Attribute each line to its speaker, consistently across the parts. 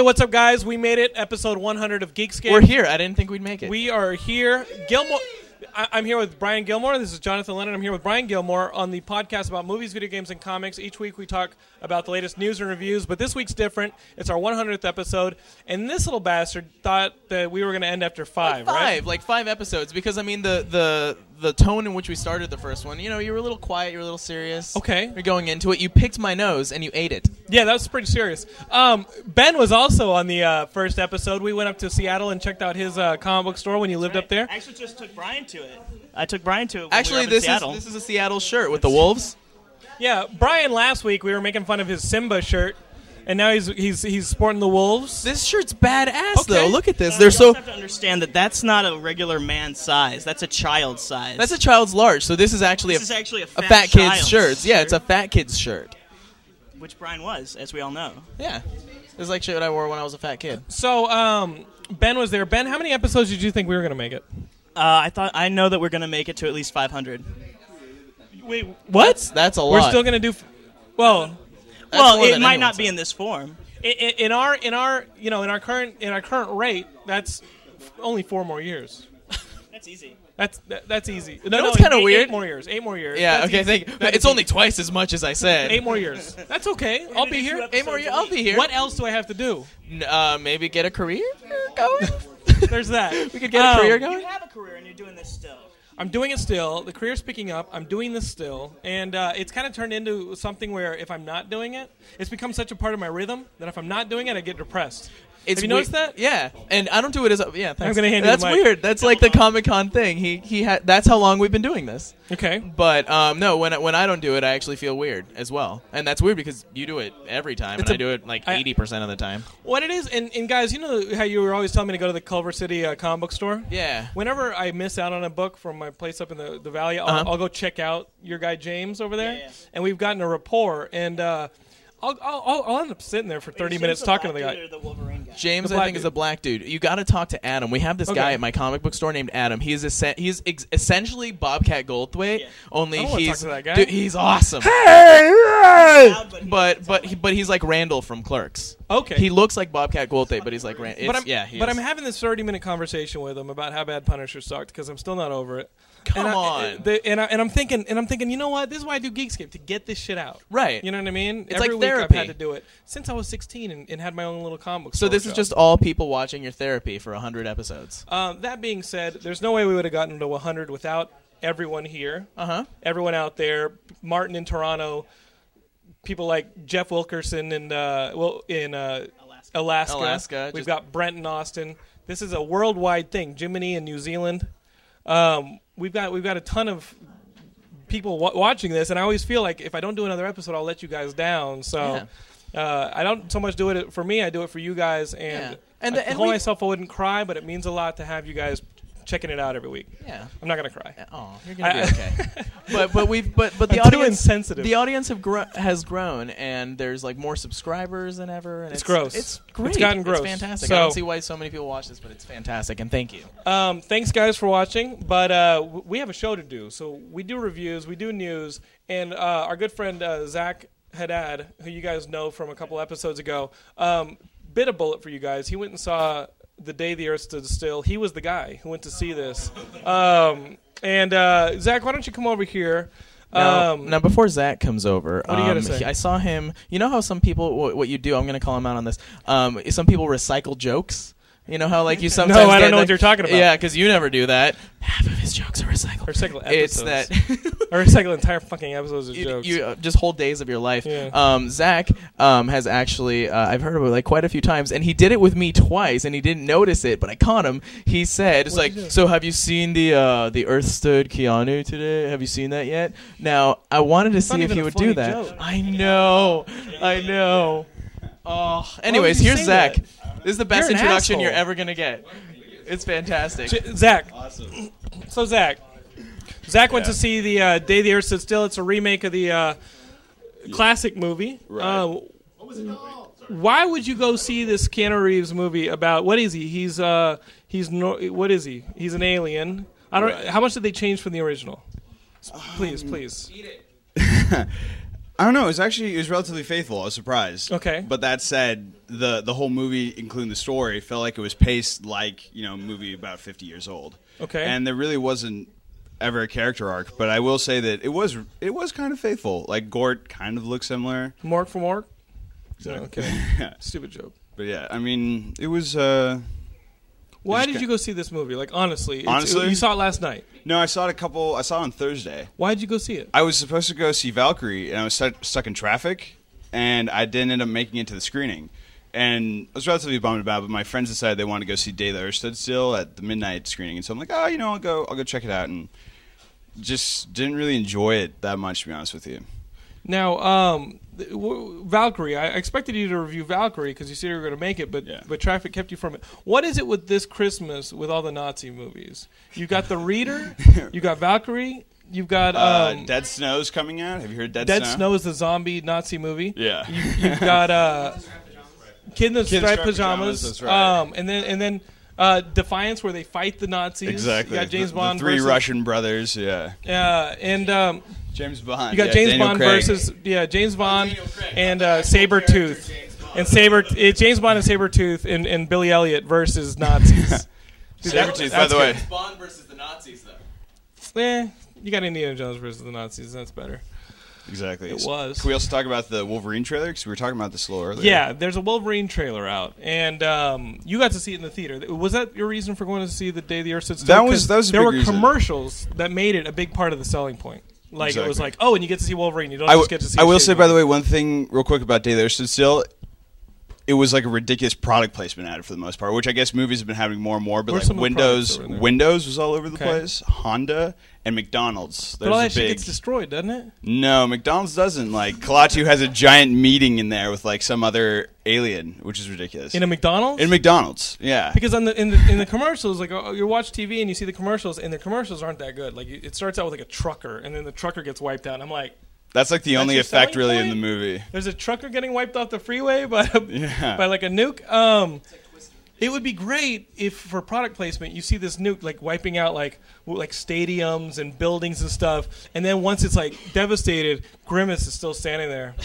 Speaker 1: what's up, guys? We made it, episode 100 of Geekscape.
Speaker 2: We're here. I didn't think we'd make it.
Speaker 1: We are here. Gilmore. I- I'm here with Brian Gilmore. This is Jonathan Lennon. I'm here with Brian Gilmore on the podcast about movies, video games, and comics. Each week we talk about the latest news and reviews, but this week's different. It's our 100th episode, and this little bastard thought that we were going to end after five,
Speaker 2: like
Speaker 1: right?
Speaker 2: five, like five episodes, because I mean the the the tone in which we started the first one. You know, you were a little quiet, you were a little serious.
Speaker 1: Okay.
Speaker 2: you're going into it. You picked my nose and you ate it.
Speaker 1: Yeah, that was pretty serious. Um, ben was also on the uh, first episode. We went up to Seattle and checked out his uh, comic book store when you lived up there.
Speaker 3: I actually just took Brian to it. I took Brian to it. When
Speaker 2: Actually,
Speaker 3: we were up
Speaker 2: this
Speaker 3: in Seattle.
Speaker 2: is this is a Seattle shirt with the wolves.
Speaker 1: Yeah, Brian last week we were making fun of his Simba shirt, and now he's he's he's sporting the wolves.
Speaker 2: This shirt's badass though.
Speaker 1: Okay.
Speaker 2: Look at this.
Speaker 3: Uh,
Speaker 2: They're
Speaker 3: you also
Speaker 2: so
Speaker 3: have to understand that that's not a regular man size. That's a child size.
Speaker 2: that's a child's large. So this is actually
Speaker 3: this
Speaker 2: a,
Speaker 3: is actually a
Speaker 2: a
Speaker 3: fat,
Speaker 2: fat kid's
Speaker 3: child's
Speaker 2: shirt. Yeah, it's a fat kid's shirt.
Speaker 3: which Brian was, as we all know.
Speaker 2: Yeah, it's like shit I wore when I was a fat kid.
Speaker 1: So um, Ben was there. Ben, how many episodes did you think we were gonna make it?
Speaker 3: Uh, I thought I know that we're gonna make it to at least 500.
Speaker 1: Wait,
Speaker 2: That's,
Speaker 1: what?
Speaker 2: that's a lot.
Speaker 1: We're still gonna do. F- well,
Speaker 2: That's
Speaker 3: well,
Speaker 2: more
Speaker 3: it
Speaker 2: than
Speaker 3: might
Speaker 2: anyone's
Speaker 3: not be in this form.
Speaker 1: i- i- in our in our you know in our current in our current rate, that's f- only four more years.
Speaker 3: That's easy.
Speaker 1: That's that, that's easy. No,
Speaker 2: know
Speaker 1: no,
Speaker 2: what's kinda
Speaker 1: eight- eight
Speaker 2: weird?
Speaker 1: more years. Eight more years. That's
Speaker 2: Yeah. okay.
Speaker 1: easy.
Speaker 2: Thank. It's only twice as much as I said.
Speaker 1: Eight more years. That's okay. I'll be here.
Speaker 2: Eight more years. I'll be here.
Speaker 1: What else do I have to do?
Speaker 2: N- Uh, maybe get a career going.
Speaker 1: There's that.
Speaker 2: we could get a career
Speaker 1: Um,
Speaker 3: You
Speaker 2: going.
Speaker 3: have a career and you're doing this still.
Speaker 1: I'm doing it still. The career's picking up. I'm doing this still, and uh, it's kind of turned into something where if I'm not doing it, it's become such a part of my rhythm that if I'm not doing it, I get depressed.
Speaker 2: It's
Speaker 1: have you noticed
Speaker 2: wei-
Speaker 1: that?
Speaker 2: Yeah, and I don't do it as yeah. Thanks.
Speaker 1: gonna hand you the
Speaker 2: That's
Speaker 1: mic.
Speaker 2: weird. That's like the Comic Con thing. He he. Ha- that's how long we've been doing this.
Speaker 1: Okay.
Speaker 2: But um, no, when I, when I don't do it, I actually feel weird as well, and that's weird because you do it every time,
Speaker 1: It's
Speaker 2: and I
Speaker 1: a-
Speaker 2: do it like
Speaker 1: I-
Speaker 2: eighty percent of the time.
Speaker 1: What it is, and, and guys, you know how you were always telling me to go to the Culver City uh, comic book store?
Speaker 2: Yeah.
Speaker 1: Whenever I miss out on a book from my place up in the, the valley, I'll,
Speaker 2: Uh-huh.
Speaker 1: I'll go check out your guy James over there,
Speaker 3: Yeah, yeah.
Speaker 1: and we've gotten a rapport, and uh, I'll, I'll, I'll, I'll end up sitting there for 30 minutes talking to the guy.
Speaker 3: The Wolverine guy.
Speaker 2: James,
Speaker 1: The
Speaker 2: I
Speaker 1: black
Speaker 2: think, is
Speaker 1: dude.
Speaker 2: a black dude. You got to talk to Adam. We have this
Speaker 1: Okay.
Speaker 2: guy at my comic book store named Adam. He is essen- he's ex- essentially Bobcat Goldthwait,
Speaker 3: Yeah.
Speaker 2: only
Speaker 1: I don't wanna
Speaker 2: he's
Speaker 1: talk to that guy.
Speaker 2: dude, he's awesome.
Speaker 3: Loud, but, he-
Speaker 2: But but he, but he's like Randall from Clerks.
Speaker 1: Okay.
Speaker 2: He looks like Bobcat Goldthwait, but he's like Randall.
Speaker 1: but I'm,
Speaker 2: yeah, he
Speaker 1: but
Speaker 2: is.
Speaker 1: I'm having this 30 minute conversation with him about how bad Punisher sucked because I'm still not over it.
Speaker 2: Come
Speaker 1: and I- eh,
Speaker 2: on.
Speaker 1: the- and, I, and I'm thinking, and I'm thinking, you know what? This is why I do Geekscape to get this shit out.
Speaker 2: Right.
Speaker 1: You know what I mean?
Speaker 2: It's
Speaker 1: Every
Speaker 2: like
Speaker 1: week
Speaker 2: therapy.
Speaker 1: I've had to do it since I was 16 and, and had my own little comic. book
Speaker 2: so
Speaker 1: store
Speaker 2: this is
Speaker 1: shop.
Speaker 2: just all people watching your therapy for hundred episodes.
Speaker 1: Um, that being said, there's no way we would have gotten to 100 without everyone here,
Speaker 2: Uh huh.
Speaker 1: everyone out there, Martin in Toronto, people like Jeff Wilkerson in uh, well in uh,
Speaker 3: Alaska.
Speaker 1: Alaska.
Speaker 2: Alaska,
Speaker 1: We've
Speaker 2: just-
Speaker 1: got Brent in Austin. This is a worldwide thing. Jiminy in New Zealand. Um, we've got we've got a ton of people wa watching this, and I always feel like if I don't do another episode, I'll let you guys down. So. Uh, I don't so much do it for me. I do it for you guys, and
Speaker 2: Yeah. And
Speaker 1: I
Speaker 2: the- and
Speaker 1: told
Speaker 2: we-
Speaker 1: myself I wouldn't cry, but it means a lot to have you guys checking it out every week.
Speaker 2: Yeah.
Speaker 1: I'm not gonna cry.
Speaker 2: Oh, you're gonna be
Speaker 1: I-
Speaker 2: okay. but but we've but but the
Speaker 1: I'm too
Speaker 2: audience
Speaker 1: insensitive.
Speaker 2: The audience have gro- has grown, and there's like more subscribers than ever. And
Speaker 1: It's
Speaker 2: it's,
Speaker 1: gross.
Speaker 2: It's great.
Speaker 1: It's gotten gross.
Speaker 2: fantastic.
Speaker 1: So-
Speaker 2: I don't see why so many people watch this, but it's fantastic. And thank you.
Speaker 1: Um, thanks, guys, for watching. But uh, w- we have a show to do, so we do reviews, we do news, and uh, our good friend uh, Zach Haddad, who you guys know from a couple episodes ago, um, bit a bullet for you guys. He went and saw the day the Earth stood still. He was the guy who went to see this. Um, and uh, Zach, why don't you come over here?
Speaker 2: Now,
Speaker 1: Um,
Speaker 2: now before Zach comes over,
Speaker 1: do you gotta
Speaker 2: um,
Speaker 1: say?
Speaker 2: he- I saw him. You know how some people, what, what you do? I'm going to call him out on this. Um, some people recycle jokes. You know how like you sometimes.
Speaker 1: I don't
Speaker 2: get,
Speaker 1: know what
Speaker 2: like-
Speaker 1: you're talking about.
Speaker 2: Yeah, because you never do that. Half of his jokes are recycled.
Speaker 1: Recycle
Speaker 2: It's
Speaker 1: episodes.
Speaker 2: that.
Speaker 1: I recycle entire fucking episodes of
Speaker 2: You,
Speaker 1: jokes.
Speaker 2: you uh, just whole days of your life.
Speaker 1: Yeah.
Speaker 2: Um, Zach um, has actually uh, I've heard of it like quite a few times, and he did it with me twice, and he didn't notice it, but I caught him. He said, "It's like,
Speaker 1: What'd he do?
Speaker 2: so have you seen the uh, the Earth stood Keanu today? Have you seen that yet?" Now I wanted to
Speaker 1: not
Speaker 2: see if
Speaker 1: even
Speaker 2: he
Speaker 1: a
Speaker 2: would
Speaker 1: funny
Speaker 2: do that.
Speaker 1: joke.
Speaker 2: I know, I know. Oh, anyways,
Speaker 1: you
Speaker 2: here's
Speaker 1: say
Speaker 2: Zach.
Speaker 1: that?
Speaker 2: This is the best
Speaker 1: You're an
Speaker 2: introduction
Speaker 1: asshole.
Speaker 2: you're ever gonna get. It's fantastic.
Speaker 1: J- Zach. So Zach, Zach went to see the uh, Day the Earth Stood Still. It's a remake of the uh, classic movie.
Speaker 4: Right.
Speaker 1: Uh, why would you go see this Keanu Reeves movie about what is he? He's uh, he's no, what is he? He's an alien. I don't.
Speaker 4: Right. Um,
Speaker 1: How much did they change from the original? S- Please, please.
Speaker 4: I don't know. It was actually it was relatively faithful. I was surprised.
Speaker 1: Okay.
Speaker 4: But that said, the the whole movie, including the story, felt like it was paced like you know a movie about fifty years old.
Speaker 1: Okay.
Speaker 4: And there really wasn't ever a character arc, but I will say that it was it was kind of faithful. Like Gort kind of looked similar,
Speaker 1: Mark for Mark. No, okay. Stupid joke.
Speaker 4: but yeah, I mean it was. uh
Speaker 1: Why
Speaker 4: just
Speaker 1: did
Speaker 4: ca-
Speaker 1: you go see this movie? Like honestly, it's-
Speaker 4: Honestly?
Speaker 1: you saw it last night.
Speaker 4: No, I saw it a couple. I saw it on Thursday.
Speaker 1: Why did you go see it?
Speaker 4: I was supposed to go see Valkyrie, and I was stuck, stuck in traffic, and I didn't end up making it to the screening. And I was relatively bummed about, it, but my friends decided they wanted to go see Day the Earth Stood Still at the midnight screening, and so I'm like, oh, you know, I'll go, I'll go check it out, and just didn't really enjoy it that much, to be honest with you.
Speaker 1: Now, um, th- w- Valkyrie. I expected you to review Valkyrie because you said you were going to make it, but
Speaker 4: Yeah.
Speaker 1: but traffic kept you from it. What is it with this Christmas with all the Nazi movies? You got the Reader, you got Valkyrie, you've got
Speaker 4: Uh,
Speaker 1: um,
Speaker 4: Dead Snow's coming out. Have you heard Dead,
Speaker 1: Dead Snow is the zombie Nazi movie.
Speaker 4: Yeah.
Speaker 1: You, have got uh, Kid in the
Speaker 4: Kid in
Speaker 1: Striped
Speaker 4: Striped
Speaker 1: Pajamas.
Speaker 4: Pajamas, that's right.
Speaker 1: Um, and then and then uh, Defiance, where they fight the Nazis.
Speaker 4: Exactly.
Speaker 1: You got James
Speaker 4: The- the
Speaker 1: Bond.
Speaker 4: three
Speaker 1: versus,
Speaker 4: Russian brothers. Yeah.
Speaker 1: Uh, and um,
Speaker 4: James Bond.
Speaker 1: you got
Speaker 4: yeah,
Speaker 1: James
Speaker 4: Daniel
Speaker 1: Bond
Speaker 4: Craig.
Speaker 1: versus yeah James Bond and uh, Sabretooth and Saber uh, James Bond and Sabretooth and, and Billy Elliot versus Nazis. Dude, that-
Speaker 4: Sabretooth, by
Speaker 1: that's
Speaker 4: the way.
Speaker 2: Bond versus the Nazis, though.
Speaker 1: good. eh, you got Indiana Jones versus the Nazis. That's better.
Speaker 4: Exactly.
Speaker 1: It was.
Speaker 4: Can we also talk about the Wolverine trailer? Because we were talking about this a little earlier.
Speaker 1: Yeah, there's a Wolverine trailer out, and um, you got to see it in the theater. Was that your reason for going to see the day the Earth stood still?
Speaker 4: That was-
Speaker 1: 'Cause
Speaker 4: that was a
Speaker 1: there
Speaker 4: big
Speaker 1: were
Speaker 4: reason.
Speaker 1: commercials that made it a big part of the selling point. Like it was
Speaker 4: Exactly.
Speaker 1: like, oh, and you get to see Wolverine. You don't
Speaker 4: I,
Speaker 1: just
Speaker 4: w-
Speaker 1: get to see.
Speaker 4: I will
Speaker 1: shitty
Speaker 4: say, by the
Speaker 1: movie.
Speaker 4: way, one thing real quick about Day There Stood Still. It was like a ridiculous product placement ad for the most part, which I guess movies have been having more and more. But
Speaker 1: Where's
Speaker 4: like
Speaker 1: some of the
Speaker 4: Windows,
Speaker 1: products that were in there?
Speaker 4: Windows was all over the
Speaker 1: Okay.
Speaker 4: place. Honda and McDonald's.
Speaker 1: but all that
Speaker 4: There's a
Speaker 1: shit
Speaker 4: big
Speaker 1: gets destroyed, doesn't it?
Speaker 4: no. McDonald's doesn't like Klaatu has a giant meeting in there with like some other alien, which is ridiculous.
Speaker 1: In a McDonald's.
Speaker 4: In McDonald's, yeah.
Speaker 1: because on the in the in the commercials, like oh, you watch TV and you see the commercials, and the commercials aren't that good. Like you- it starts out with like a trucker, and then the trucker gets wiped out. And I'm like,
Speaker 4: That's like the only
Speaker 1: your
Speaker 4: effect
Speaker 1: selling
Speaker 4: really in
Speaker 1: point?
Speaker 4: the movie.
Speaker 1: there's a trucker getting wiped off the freeway by a,
Speaker 4: Yeah.
Speaker 1: by like a nuke. Um, it would be great if for product placement you see this nuke like wiping out like w- like stadiums and buildings and stuff, and then once it's like devastated, Grimace is still standing there.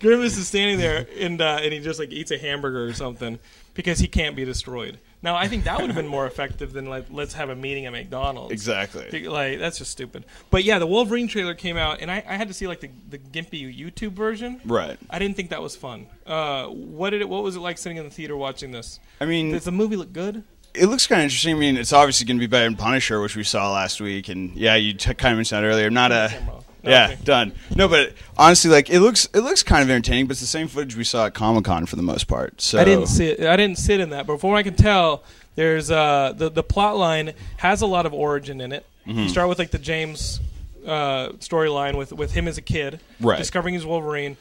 Speaker 1: Grimace is standing there and uh, and he just like eats a hamburger or something because he can't be destroyed. Now I think that would have been more effective than like let's have a meeting at McDonald's.
Speaker 4: Exactly.
Speaker 1: Be- Like that's just stupid. But yeah, the Wolverine trailer came out, and I, I had to see like the, the gimpy YouTube version.
Speaker 4: Right.
Speaker 1: I didn't think that was fun. Uh, what did it? What was it like sitting in the theater watching this?
Speaker 4: I mean,
Speaker 1: Does the movie look good?
Speaker 4: it looks kind of interesting. I mean, it's obviously going to be better than Punisher, which we saw last week. And yeah, you t- kind of mentioned that earlier. I'm not a
Speaker 1: No,
Speaker 4: yeah,
Speaker 1: okay.
Speaker 4: done. No, but honestly, like it looks it looks kind of entertaining. But it's the same footage we saw at Comic Con for the most part. So
Speaker 1: I didn't sit. I didn't sit in that. But from what I can tell, there's uh, the the plot line has a lot of origin in it.
Speaker 4: Mm-hmm.
Speaker 1: You start with like the James uh, storyline with with him as a kid,
Speaker 4: Right.
Speaker 1: discovering he's Wolverine.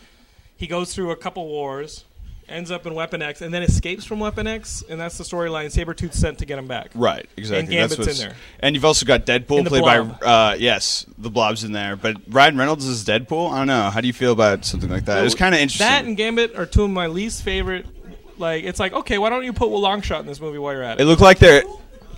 Speaker 1: He goes through a couple wars, ends up in Weapon X, and then escapes from Weapon X, and that's the storyline. Sabretooth sent to get him back.
Speaker 4: Right, exactly.
Speaker 1: And Gambit's
Speaker 4: That's what's,
Speaker 1: in there.
Speaker 4: And you've also got Deadpool
Speaker 1: And the
Speaker 4: played
Speaker 1: Blob.
Speaker 4: by uh, yes, the Blob's in there. But Ryan Reynolds is Deadpool. I don't know. How do you feel about something like that? Uh, It's kind of interesting.
Speaker 1: That and Gambit are two of my least favorite. Like, it's like, okay, why don't you put Longshot in this movie while you're at
Speaker 4: it
Speaker 1: it?
Speaker 4: looked like there.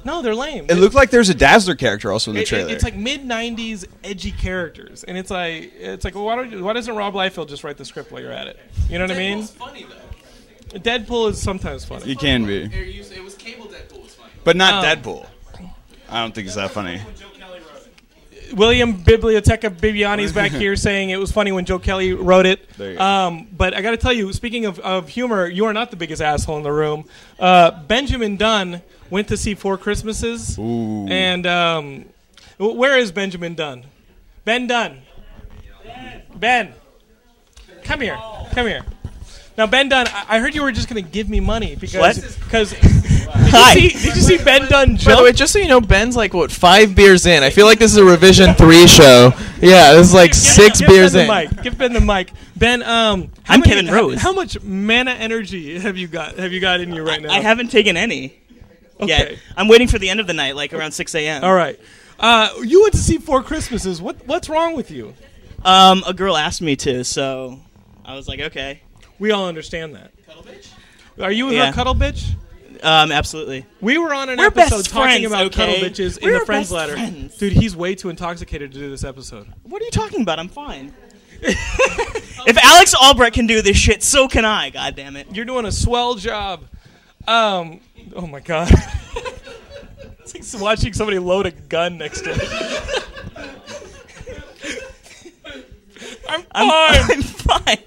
Speaker 1: no, they're lame.
Speaker 4: It looked like there's a Dazzler character also in the
Speaker 1: It- it-
Speaker 4: trailer.
Speaker 1: it's like mid '90s edgy characters, and it's like, it's like, well, why don't you, why doesn't Rob Liefeld just write the script while you're at it? You know what I mean?
Speaker 2: funny though.
Speaker 1: Deadpool is sometimes funny.
Speaker 4: it can be,
Speaker 2: It was cable Deadpool was funny.
Speaker 4: but not
Speaker 1: Um,
Speaker 4: Deadpool. I don't think it's that funny.
Speaker 1: William Biblioteca Bibiani's back here saying it was funny when Joe Kelly wrote it.
Speaker 4: There you go.
Speaker 1: Um, but I got to tell you, speaking of, of humor, you are not the biggest asshole in the room. Uh, Benjamin Dunn went to see Four Christmases.
Speaker 4: Ooh.
Speaker 1: And um, w- where is Benjamin Dunn? Ben Dunn. Ben. Come here. Come here. Now, Ben Dunn, I I heard you were just going to give me money because. Because
Speaker 3: Hi.
Speaker 1: did, you see- did you see Ben Dunn
Speaker 2: By
Speaker 1: jump?
Speaker 2: the way, just so you know, Ben's like what five beers in. I feel like this is a revision three show. Yeah, this is like
Speaker 1: Give-
Speaker 2: six
Speaker 1: give
Speaker 2: beers
Speaker 1: ben
Speaker 2: in.
Speaker 1: the mic. Give Ben the mic. Ben, um, how
Speaker 3: I'm
Speaker 1: many-
Speaker 3: Kevin
Speaker 1: how-
Speaker 3: Rose.
Speaker 1: How, much mana energy have you got? Have you got in you right now?
Speaker 3: I haven't taken any
Speaker 1: Okay.
Speaker 3: yet. I'm waiting for the end of the night, like around 6 a.m.
Speaker 1: All right. Uh, you went to see Four Christmases. What what's wrong with you?
Speaker 3: Um, a girl asked me to, so I was like, okay.
Speaker 1: We all understand that. Cuddle bitch. Are you with
Speaker 3: Yeah.
Speaker 1: her cuddle bitch?
Speaker 3: Um, absolutely.
Speaker 1: We were on an
Speaker 3: We're
Speaker 1: episode
Speaker 3: best
Speaker 1: talking
Speaker 3: friends,
Speaker 1: about
Speaker 3: okay?
Speaker 1: cuddle bitches in
Speaker 3: We're
Speaker 1: the friends
Speaker 3: best
Speaker 1: ladder.
Speaker 3: friends.
Speaker 1: Dude, he's way too intoxicated to do this episode.
Speaker 3: What are you talking about? I'm fine. if Alex Albrecht can do this shit, so can I. God damn it!
Speaker 1: You're doing a swell job. Um, oh my god. it's like watching somebody load a gun next to me. I'm fine.
Speaker 3: I'm fine.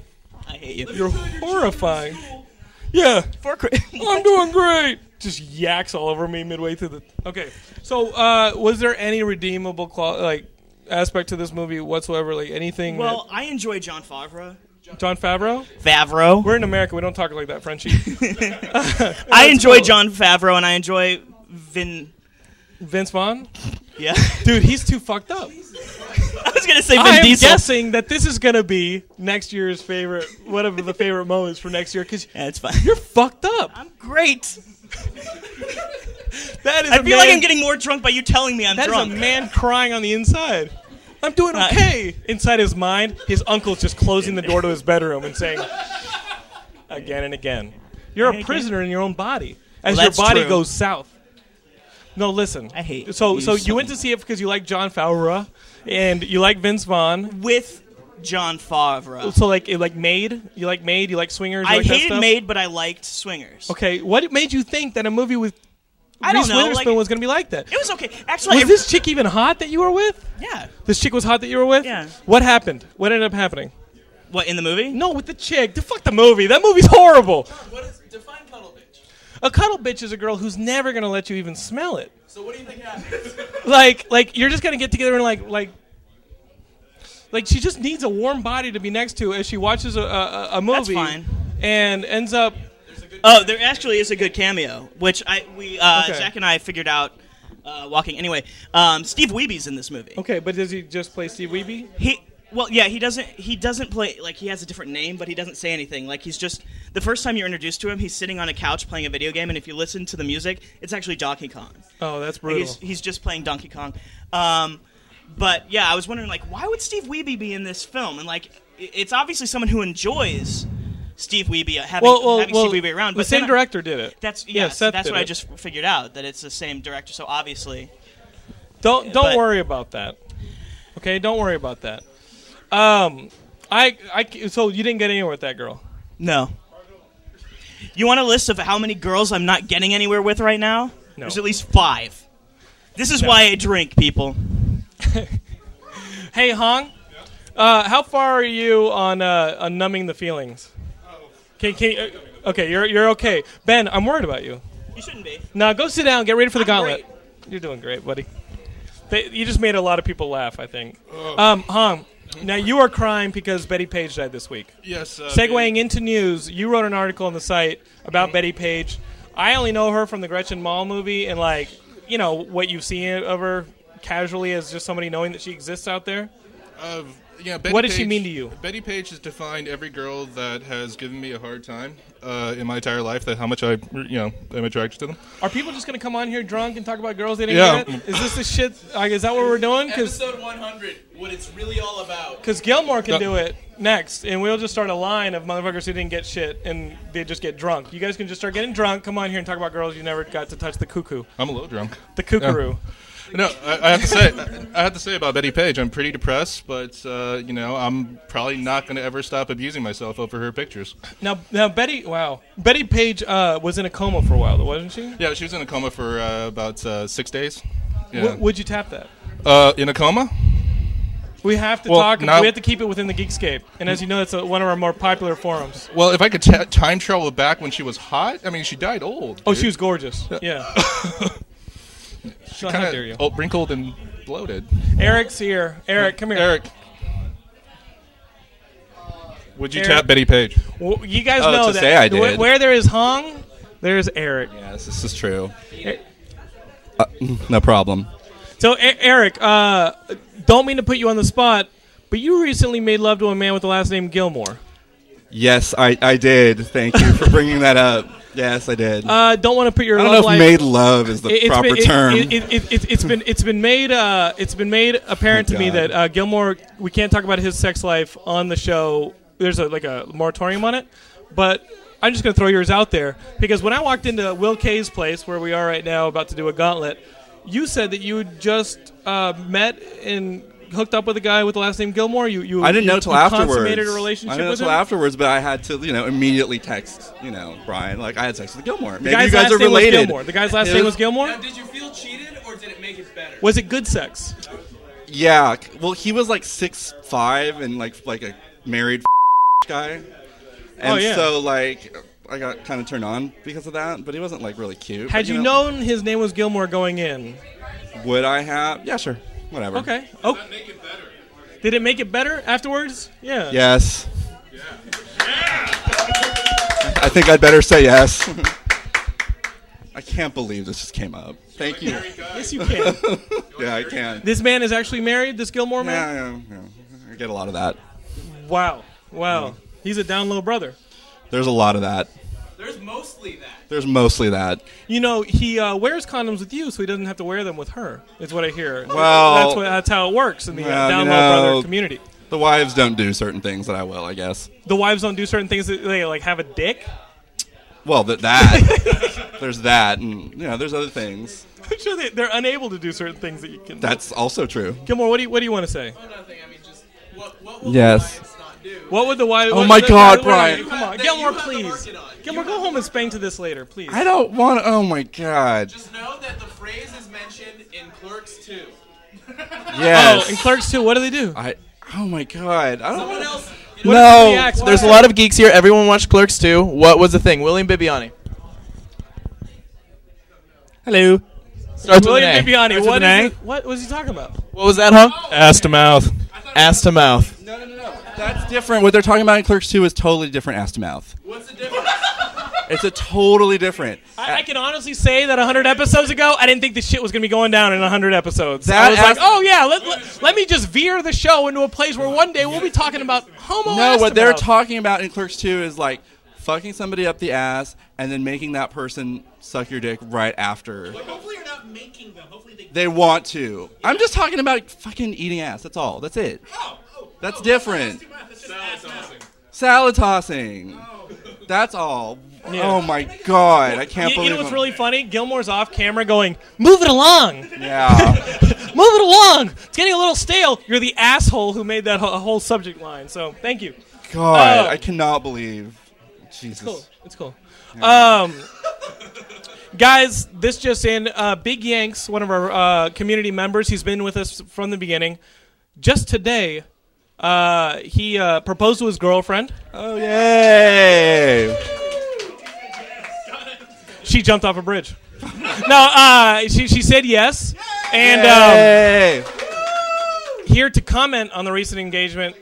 Speaker 3: I hate you.
Speaker 1: You're horrifying. Yeah,
Speaker 3: For Chris-
Speaker 1: I'm doing great. Just yaks all over me midway through the. Okay, so uh, was there any redeemable qual- like aspect to this movie whatsoever? Like anything?
Speaker 3: well, I enjoy John Favreau.
Speaker 1: that- John Favreau.
Speaker 3: Favreau.
Speaker 1: We're in America. We don't talk like that, Frenchie.
Speaker 3: I enjoy
Speaker 1: cool.
Speaker 3: John Favreau, and I enjoy Vin.
Speaker 1: Vince Vaughn.
Speaker 3: Yeah,
Speaker 1: Dude, he's too fucked up.
Speaker 3: I was gonna say Vin
Speaker 1: I'm
Speaker 3: Diesel.
Speaker 1: guessing that this is gonna be next year's favorite, whatever the favorite moments for next year, because
Speaker 3: Yeah, it's fine.
Speaker 1: you're fucked up.
Speaker 3: I'm great.
Speaker 1: That is.
Speaker 3: I
Speaker 1: a
Speaker 3: feel
Speaker 1: man,
Speaker 3: like I'm getting more drunk by you telling me I'm
Speaker 1: that is
Speaker 3: drunk.
Speaker 1: a man crying on the inside. I'm doing
Speaker 3: Uh,
Speaker 1: okay. Inside his mind, his uncle's just closing the door to his bedroom and saying, again and again, "You're a
Speaker 3: again.
Speaker 1: prisoner in your own body." As
Speaker 3: Well,
Speaker 1: your
Speaker 3: that's
Speaker 1: body
Speaker 3: true.
Speaker 1: goes south. No, listen.
Speaker 3: I hate
Speaker 1: So,
Speaker 3: you
Speaker 1: so
Speaker 3: so
Speaker 1: you went to see it because you like John Favreau and you like Vince Vaughn.
Speaker 3: with John Favreau.
Speaker 1: So like it, like Made, you like Made, you like Swingers. You
Speaker 3: I
Speaker 1: like that
Speaker 3: hated
Speaker 1: stuff?
Speaker 3: Maid, but I liked Swingers.
Speaker 1: Okay, what made you think that a movie with
Speaker 3: I don't
Speaker 1: Reese
Speaker 3: know.
Speaker 1: Witherspoon
Speaker 3: like,
Speaker 1: was going to be like that?
Speaker 3: it was okay. Actually,
Speaker 1: Was
Speaker 3: it-
Speaker 1: this chick even hot that you were with?
Speaker 3: yeah.
Speaker 1: This chick was hot that you were with.
Speaker 3: Yeah.
Speaker 1: What happened? What ended up happening?
Speaker 3: What in the movie?
Speaker 1: No, with the chick. The fuck the movie. That movie's horrible.
Speaker 5: What is define cuddle bitch?
Speaker 1: A cuddle bitch is a girl who's never going to let you even smell it.
Speaker 5: So what do you think happens?
Speaker 1: Like, like you're just going to get together and like, like. Like she just needs a warm body to be next to as she watches a, a, a- a movie
Speaker 3: fine.
Speaker 1: and ends up
Speaker 3: Oh, there actually is a good cameo, which I we uh,
Speaker 1: Okay.
Speaker 3: Jack and I figured out uh, walking. Anyway, um, Steve Weeby's in this movie.
Speaker 1: okay. But does he just play Steve Weeby?
Speaker 3: He well, yeah, he doesn't he doesn't play like he has a different name, but he doesn't say anything. Like he's just the first time you're introduced to him, he's sitting on a couch playing a video game, and if you listen to the music, it's actually Donkey Kong.
Speaker 1: Oh, that's
Speaker 3: Like,
Speaker 1: brutal.
Speaker 3: He's, he's just playing Donkey Kong. Um, but yeah, I was wondering like why would Steve Weeby be in this film? And like i- it's obviously someone who enjoys Steve Weeby uh, having,
Speaker 1: well, well,
Speaker 3: having
Speaker 1: well,
Speaker 3: Steve Weeby around.
Speaker 1: The
Speaker 3: but
Speaker 1: same
Speaker 3: then I-
Speaker 1: director did it.
Speaker 3: That's
Speaker 1: Yeah,
Speaker 3: yes.
Speaker 1: Seth
Speaker 3: that's
Speaker 1: did
Speaker 3: what I
Speaker 1: it.
Speaker 3: just figured out that it's the same director. So obviously,
Speaker 1: Don't don't
Speaker 3: but-
Speaker 1: worry about that. Okay, don't worry about that. Um, I I so you didn't get anywhere with that girl.
Speaker 3: no. You want a list of how many girls I'm not getting anywhere with right now?
Speaker 1: No.
Speaker 3: There's at least five. This is why I drink, people.
Speaker 1: Hey Hong, uh, how far are you on uh, on numbing the feelings? Can can uh, okay, you're you're okay. Ben, I'm worried about you.
Speaker 3: You shouldn't be.
Speaker 1: Now go sit down. Get ready for the
Speaker 3: I'm
Speaker 1: gauntlet. You're doing great, buddy. They, you just made a lot of people laugh. I think. Um, Hong, now you are crying because Betty Page died this week.
Speaker 5: yes. Uh,
Speaker 1: Segueing into news, you wrote an article on the site
Speaker 5: Mm-hmm.
Speaker 1: about Betty Page. I only know her from the Gretchen Mall movie and like you know what you've seen of her casually as just somebody knowing that she exists out there.
Speaker 5: Of, yeah, Betty
Speaker 1: What does she
Speaker 5: Page-
Speaker 1: mean to you?
Speaker 5: Betty Page has defined every girl that has given me a hard time uh, in my entire life. That how much I, you know, am attracted to them.
Speaker 1: Are people just gonna come on here drunk and talk about girls they didn't
Speaker 5: Yeah.
Speaker 1: get? Is this the shit? Like, is that what we're doing? Because
Speaker 5: Episode 100, what it's really all about.
Speaker 1: Gilmore can
Speaker 5: No.
Speaker 1: do it next, and we'll just start a line of motherfuckers who didn't get shit and they just get drunk. You guys can just start getting drunk. Come on here and talk about girls you never got to touch the cuckoo,
Speaker 5: I'm a little drunk.
Speaker 1: the cuckoo.
Speaker 5: No, I, I have to say, I have to say about Betty Page. I'm pretty depressed, but uh, you know, I'm probably not going to ever stop abusing myself over her pictures.
Speaker 1: Now, now Betty, wow, Betty Page uh, was in a coma for a while, though, wasn't she?
Speaker 5: Yeah, she was in a coma for uh, about uh, six days. Yeah.
Speaker 1: W- would you tap that?
Speaker 5: uh, in a coma?
Speaker 1: We have to
Speaker 5: Well,
Speaker 1: talk.
Speaker 5: now-
Speaker 1: we have to keep it within the Geekscape, and as you know, that's a, one of our more popular forums.
Speaker 5: Well, if I could t- time travel back when she was hot, I mean, she died old.
Speaker 1: Oh,
Speaker 5: dude.
Speaker 1: she was gorgeous. Yeah. so
Speaker 5: Kinda
Speaker 1: how dare you?
Speaker 5: Old, wrinkled and bloated.
Speaker 1: Eric's here. Eric, come here.
Speaker 5: Eric, would you
Speaker 1: Eric.
Speaker 5: tap Betty Page?
Speaker 1: W- you guys
Speaker 4: Oh,
Speaker 1: know
Speaker 4: to
Speaker 1: that
Speaker 4: say I
Speaker 1: wh- where,
Speaker 4: did.
Speaker 1: there is Hong, there is Eric.
Speaker 4: Yes, this is true.
Speaker 6: Uh,
Speaker 4: no problem.
Speaker 1: So, E- Eric, uh, don't mean to put you on the spot, but you recently made love to a man with the last name Gilmore.
Speaker 6: Yes, I, I did. Thank you for bringing that up. Yes, I did.
Speaker 1: Uh, don't want to put your
Speaker 6: I don't
Speaker 1: love
Speaker 6: know
Speaker 1: life.
Speaker 6: if made love is the
Speaker 1: It- it's
Speaker 6: proper
Speaker 1: been, it-
Speaker 6: term.
Speaker 1: It, it, it, it, has been it's been made uh, it's been made apparent to
Speaker 6: Thank
Speaker 1: me that
Speaker 6: God.
Speaker 1: uh, Gilmore we can't talk about his sex life on the show. There's a like a moratorium on it, but I'm just going to throw yours out there because when I walked into Will Kay's place where we are right now, about to do a gauntlet, you said that you had just uh, met and hooked up with a guy with the last name Gilmore. You, you
Speaker 6: I didn't know
Speaker 1: you-
Speaker 6: till
Speaker 1: you
Speaker 6: afterwards.
Speaker 1: Consummated a
Speaker 6: I
Speaker 1: relationship
Speaker 6: didn't know
Speaker 1: with
Speaker 6: till
Speaker 1: him.
Speaker 6: afterwards, but I had to, you know, immediately text, you know, Brian. Like I had sex with Gilmore.
Speaker 1: the
Speaker 6: Maybe
Speaker 1: guy's
Speaker 6: you guys
Speaker 1: last
Speaker 6: are
Speaker 1: name was
Speaker 6: related.
Speaker 1: Gilmore. The guy's last
Speaker 6: It
Speaker 1: name
Speaker 6: was-
Speaker 1: was Gilmore.
Speaker 7: Did you feel cheated, or did it make it better?
Speaker 1: Was it good sex?
Speaker 6: Yeah. Well, he was like six five and like like a married guy, and
Speaker 1: Oh, yeah.
Speaker 6: so like I got kind of turned on because of that. But he wasn't like really cute.
Speaker 1: Had
Speaker 6: But,
Speaker 1: you known his name was Gilmore going in?
Speaker 6: Would I have? Yeah, sure. Whatever.
Speaker 1: Okay. Oh. Did it make it better afterwards? Yeah.
Speaker 6: Yes. I think I'd better say yes. I can't believe this just came up. Thank you.
Speaker 1: Yes, you can.
Speaker 6: Yeah, I can.
Speaker 1: this man is actually married. This Gilmore man.
Speaker 6: Yeah, yeah, yeah. I get a lot of that.
Speaker 1: Wow. Wow. He's a down low brother.
Speaker 6: There's a lot of that.
Speaker 7: There's mostly that.
Speaker 6: There's mostly that.
Speaker 1: You know, he uh, wears condoms with you, so he doesn't have to wear them with her. Is what I hear.
Speaker 6: Well-
Speaker 1: that's, what, that's how it works in the uh,
Speaker 6: Well,
Speaker 1: down
Speaker 6: you
Speaker 1: low brother
Speaker 6: know-
Speaker 1: community.
Speaker 6: The wives don't do certain things that I will, I guess.
Speaker 1: The wives don't do certain things. That they like have a dick.
Speaker 6: Well, th- that. there's that, and you know, there's other things.
Speaker 1: I'm sure they, they're unable to do certain things that you can.
Speaker 6: That's also true.
Speaker 1: Gilmore. What do you What do you want to say?
Speaker 7: Oh, nothing. I mean, just what what will
Speaker 6: Yes.
Speaker 7: the Lions not do?
Speaker 1: What would the wife?
Speaker 6: Oh my God, Brian.
Speaker 1: Come on,
Speaker 7: That
Speaker 1: Gilmore,
Speaker 7: you have the
Speaker 1: please.
Speaker 7: market on.
Speaker 1: Gilmore, go home and spank to this later, please.
Speaker 6: I don't want. Oh my god.
Speaker 7: Just know that the phrase is mentioned in Clerks 2.
Speaker 1: Oh,
Speaker 6: Yes.
Speaker 1: and clerks too. What do they do?
Speaker 6: I. Oh my god. I don't.
Speaker 7: Someone else. You know,
Speaker 1: What if
Speaker 2: No,
Speaker 1: he reacts?
Speaker 2: there's a lot of geeks here. Everyone watched Clerks too. What was the thing? William Bibiani.
Speaker 8: Hello.
Speaker 2: Starts with
Speaker 1: William
Speaker 2: an A.
Speaker 1: Bibiani. What,
Speaker 8: an
Speaker 1: is it- what was he talking about?
Speaker 2: What was that, huh?
Speaker 8: Ass to mouth.
Speaker 2: Ass to mouth.
Speaker 6: No, no, no, no. That's different. What they're talking about in Clerks 2 is totally different ass to mouth.
Speaker 7: what's the difference?
Speaker 6: It's a totally different.
Speaker 1: I, I can honestly say that 100 episodes ago, I didn't think this shit was going to be going down in 100 episodes. I
Speaker 6: That
Speaker 1: was
Speaker 6: ass-
Speaker 1: like, oh yeah, let, let, let me just veer the show into a place where one day we'll be talking about homo.
Speaker 6: No, what
Speaker 1: estimate.
Speaker 6: they're talking about in Clerks 2 is like fucking somebody up the ass and then making that person suck your dick right after.
Speaker 7: Hopefully, you're not making them. Hopefully, they.
Speaker 6: They want to. I'm just talking about fucking eating ass. That's all. That's it.
Speaker 7: Oh, oh,
Speaker 6: That's
Speaker 7: oh,
Speaker 6: different.
Speaker 7: that's too much. That's just ass now.
Speaker 6: Salad tossing. That's all.
Speaker 1: Oh. Yeah.
Speaker 6: Oh my god. I can't
Speaker 1: You, you
Speaker 6: believe
Speaker 1: know what's
Speaker 6: I'm-
Speaker 1: really funny? Gilmore's off camera going, "Move it along, move
Speaker 6: Yeah.
Speaker 1: it along." It's getting a little stale. You're the asshole who made that whole, whole subject line. So thank you.
Speaker 6: God,
Speaker 1: Oh.
Speaker 6: I cannot believe. Jesus.
Speaker 1: cool. It's cool. Um, guys, this just in: uh, Big Yanks, one of our uh, community members, he's been with us from the beginning. Just today, uh, he uh, proposed to his girlfriend.
Speaker 6: Oh yay.
Speaker 1: She jumped off a bridge. no, uh, she she said yes, and um,
Speaker 6: Yay.
Speaker 1: here to comment on the recent engagement,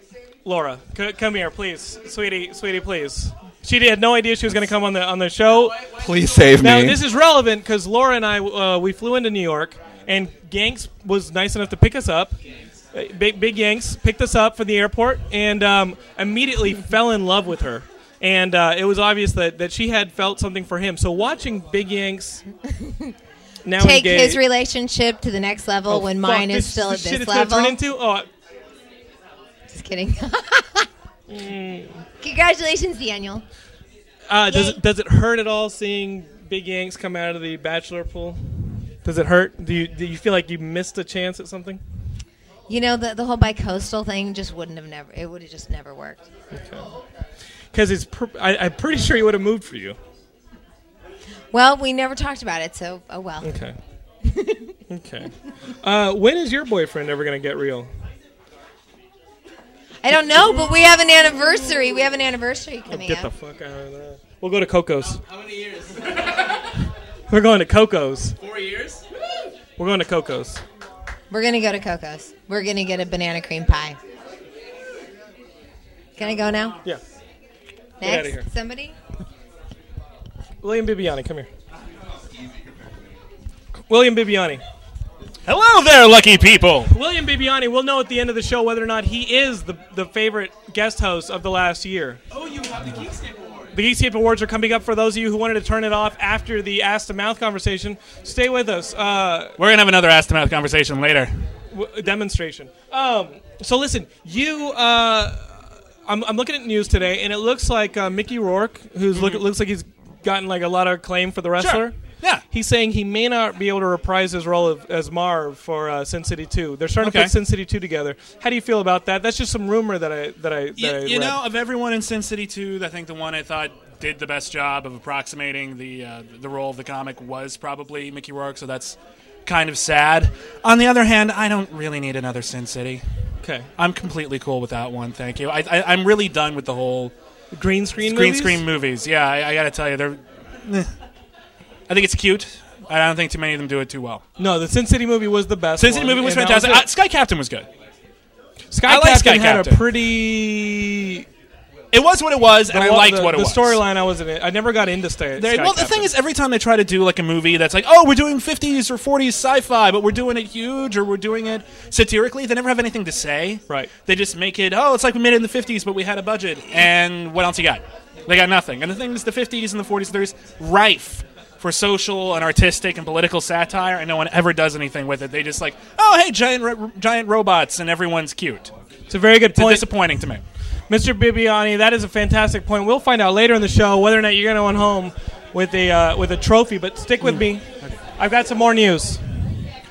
Speaker 1: Laura, c- come here, please, sweetie, sweetie, please. She had no idea she was going to come on the on the show.
Speaker 6: Please save me.
Speaker 1: Now this is relevant because Laura and I uh, we flew into New York, and Yanks was nice enough to pick us up. Uh, Big, big Yanks picked us up from the airport and um, immediately fell in love with her. And uh, it was obvious that, that she had felt something for him. So watching Big Yanks now
Speaker 9: Take
Speaker 1: engaged,
Speaker 9: his relationship to the next level
Speaker 1: Oh,
Speaker 9: when
Speaker 1: fuck,
Speaker 9: mine
Speaker 1: this,
Speaker 9: is still at
Speaker 1: this shit
Speaker 9: this
Speaker 1: it's gonna
Speaker 9: level.
Speaker 1: Turn into? Oh,
Speaker 9: Just kidding. Congratulations, Daniel.
Speaker 1: mm. uh, does,
Speaker 9: Yay.
Speaker 1: it, does it hurt at all seeing Big Yanks come out of the bachelor pool? Does it hurt? Do you, do you feel like you missed a chance at something?
Speaker 9: You know the the whole bicoastal thing just wouldn't have never it would have just never worked.
Speaker 1: Because it's pr- I, I'm pretty sure he would have moved for you.
Speaker 9: Well, we never talked about it, so oh well.
Speaker 1: Okay. okay. Uh, when is your boyfriend ever going to get real?
Speaker 9: I don't know, but we have an anniversary. We have an anniversary coming
Speaker 1: Get the
Speaker 9: up.
Speaker 1: fuck out of there. We'll go to Coco's.
Speaker 7: How many years?
Speaker 1: We're going to Coco's.
Speaker 7: Four years?
Speaker 1: We're going to Coco's.
Speaker 9: We're gonna go to Coco's. We're gonna get a banana cream pie. Can I go now?
Speaker 1: Yeah.
Speaker 9: Next,
Speaker 1: outta here.
Speaker 9: somebody.
Speaker 1: William Bibiani, come here. William Bibiani.
Speaker 8: Hello there, lucky people.
Speaker 1: William Bibiani, we'll know at the end of the show whether or not he is the, the favorite guest host of the last year.
Speaker 7: Oh, you have the Geekscape Award.
Speaker 1: The Geekscape Awards are coming up for those of you who wanted to turn it off after the ass to mouth conversation. Stay with us. Uh,
Speaker 8: We're gonna have another ass to mouth conversation later.
Speaker 1: w- demonstration. Um, so listen, you uh, I'm, I'm looking at news today, and it looks like uh, Mickey Rourke, who's look, looks like he's gotten like a lot of acclaim for the wrestler.
Speaker 8: Mm-hmm. Yeah.
Speaker 1: He's saying he may not be able to reprise his role of, as Marv for uh, Sin City 2. They're starting to
Speaker 8: Okay.
Speaker 1: put Sin City 2 together. How do you feel about that? That's just some rumor that I that I that
Speaker 8: You,
Speaker 1: I
Speaker 8: you
Speaker 1: read.
Speaker 8: know, of everyone in Sin City 2, I think the one I thought did the best job of approximating the uh, the role of the comic was probably Mickey Rourke, so that's kind of sad. On the other hand, I don't really need another Sin City.
Speaker 1: okay.
Speaker 8: I'm completely cool with that one. Thank you. I, I, I'm really done with the whole
Speaker 1: Green screen.
Speaker 8: green
Speaker 1: movies?
Speaker 8: screen movies. Yeah, I, I got to tell you, they're. eh. I think it's cute. I don't think too many of them do it too well.
Speaker 1: No, the Sin City movie was the best.
Speaker 8: Sin City
Speaker 1: one,
Speaker 8: movie was
Speaker 1: and that
Speaker 8: fantastic. Uh,
Speaker 1: it.
Speaker 8: Sky Captain was good.
Speaker 1: Sky
Speaker 8: I like
Speaker 1: Captain
Speaker 8: Sky
Speaker 1: had
Speaker 8: Captain.
Speaker 1: a pretty.
Speaker 8: It was what it was, and I
Speaker 1: well,
Speaker 8: liked
Speaker 1: the,
Speaker 8: what it
Speaker 1: the
Speaker 8: was.
Speaker 1: storyline. I wasn't. In. I never got into Sky.
Speaker 8: They-
Speaker 1: Sky
Speaker 8: well, the
Speaker 1: Captain.
Speaker 8: thing is, every time they try to do like a movie that's like, oh, we're doing 50s or 40s sci-fi, but we're doing it huge or we're doing it satirically, they never have anything to say.
Speaker 1: Right.
Speaker 8: They just make it, oh, it's like we made it in the 50s, but we had a budget, and what else you got? They got nothing. And the thing is, the 50s and the 40s, there's rife for social and artistic and political satire, and no one ever does anything with it. They just like, oh, hey, giant ro- giant robots, and everyone's cute.
Speaker 1: it's a very good
Speaker 8: It's
Speaker 1: point.
Speaker 8: disappointing to me.
Speaker 1: Mr. Bibiani, that is a fantastic point. We'll find out later in the show whether or not you're going to run home with a uh, with a trophy. But stick with me. I've got some more news.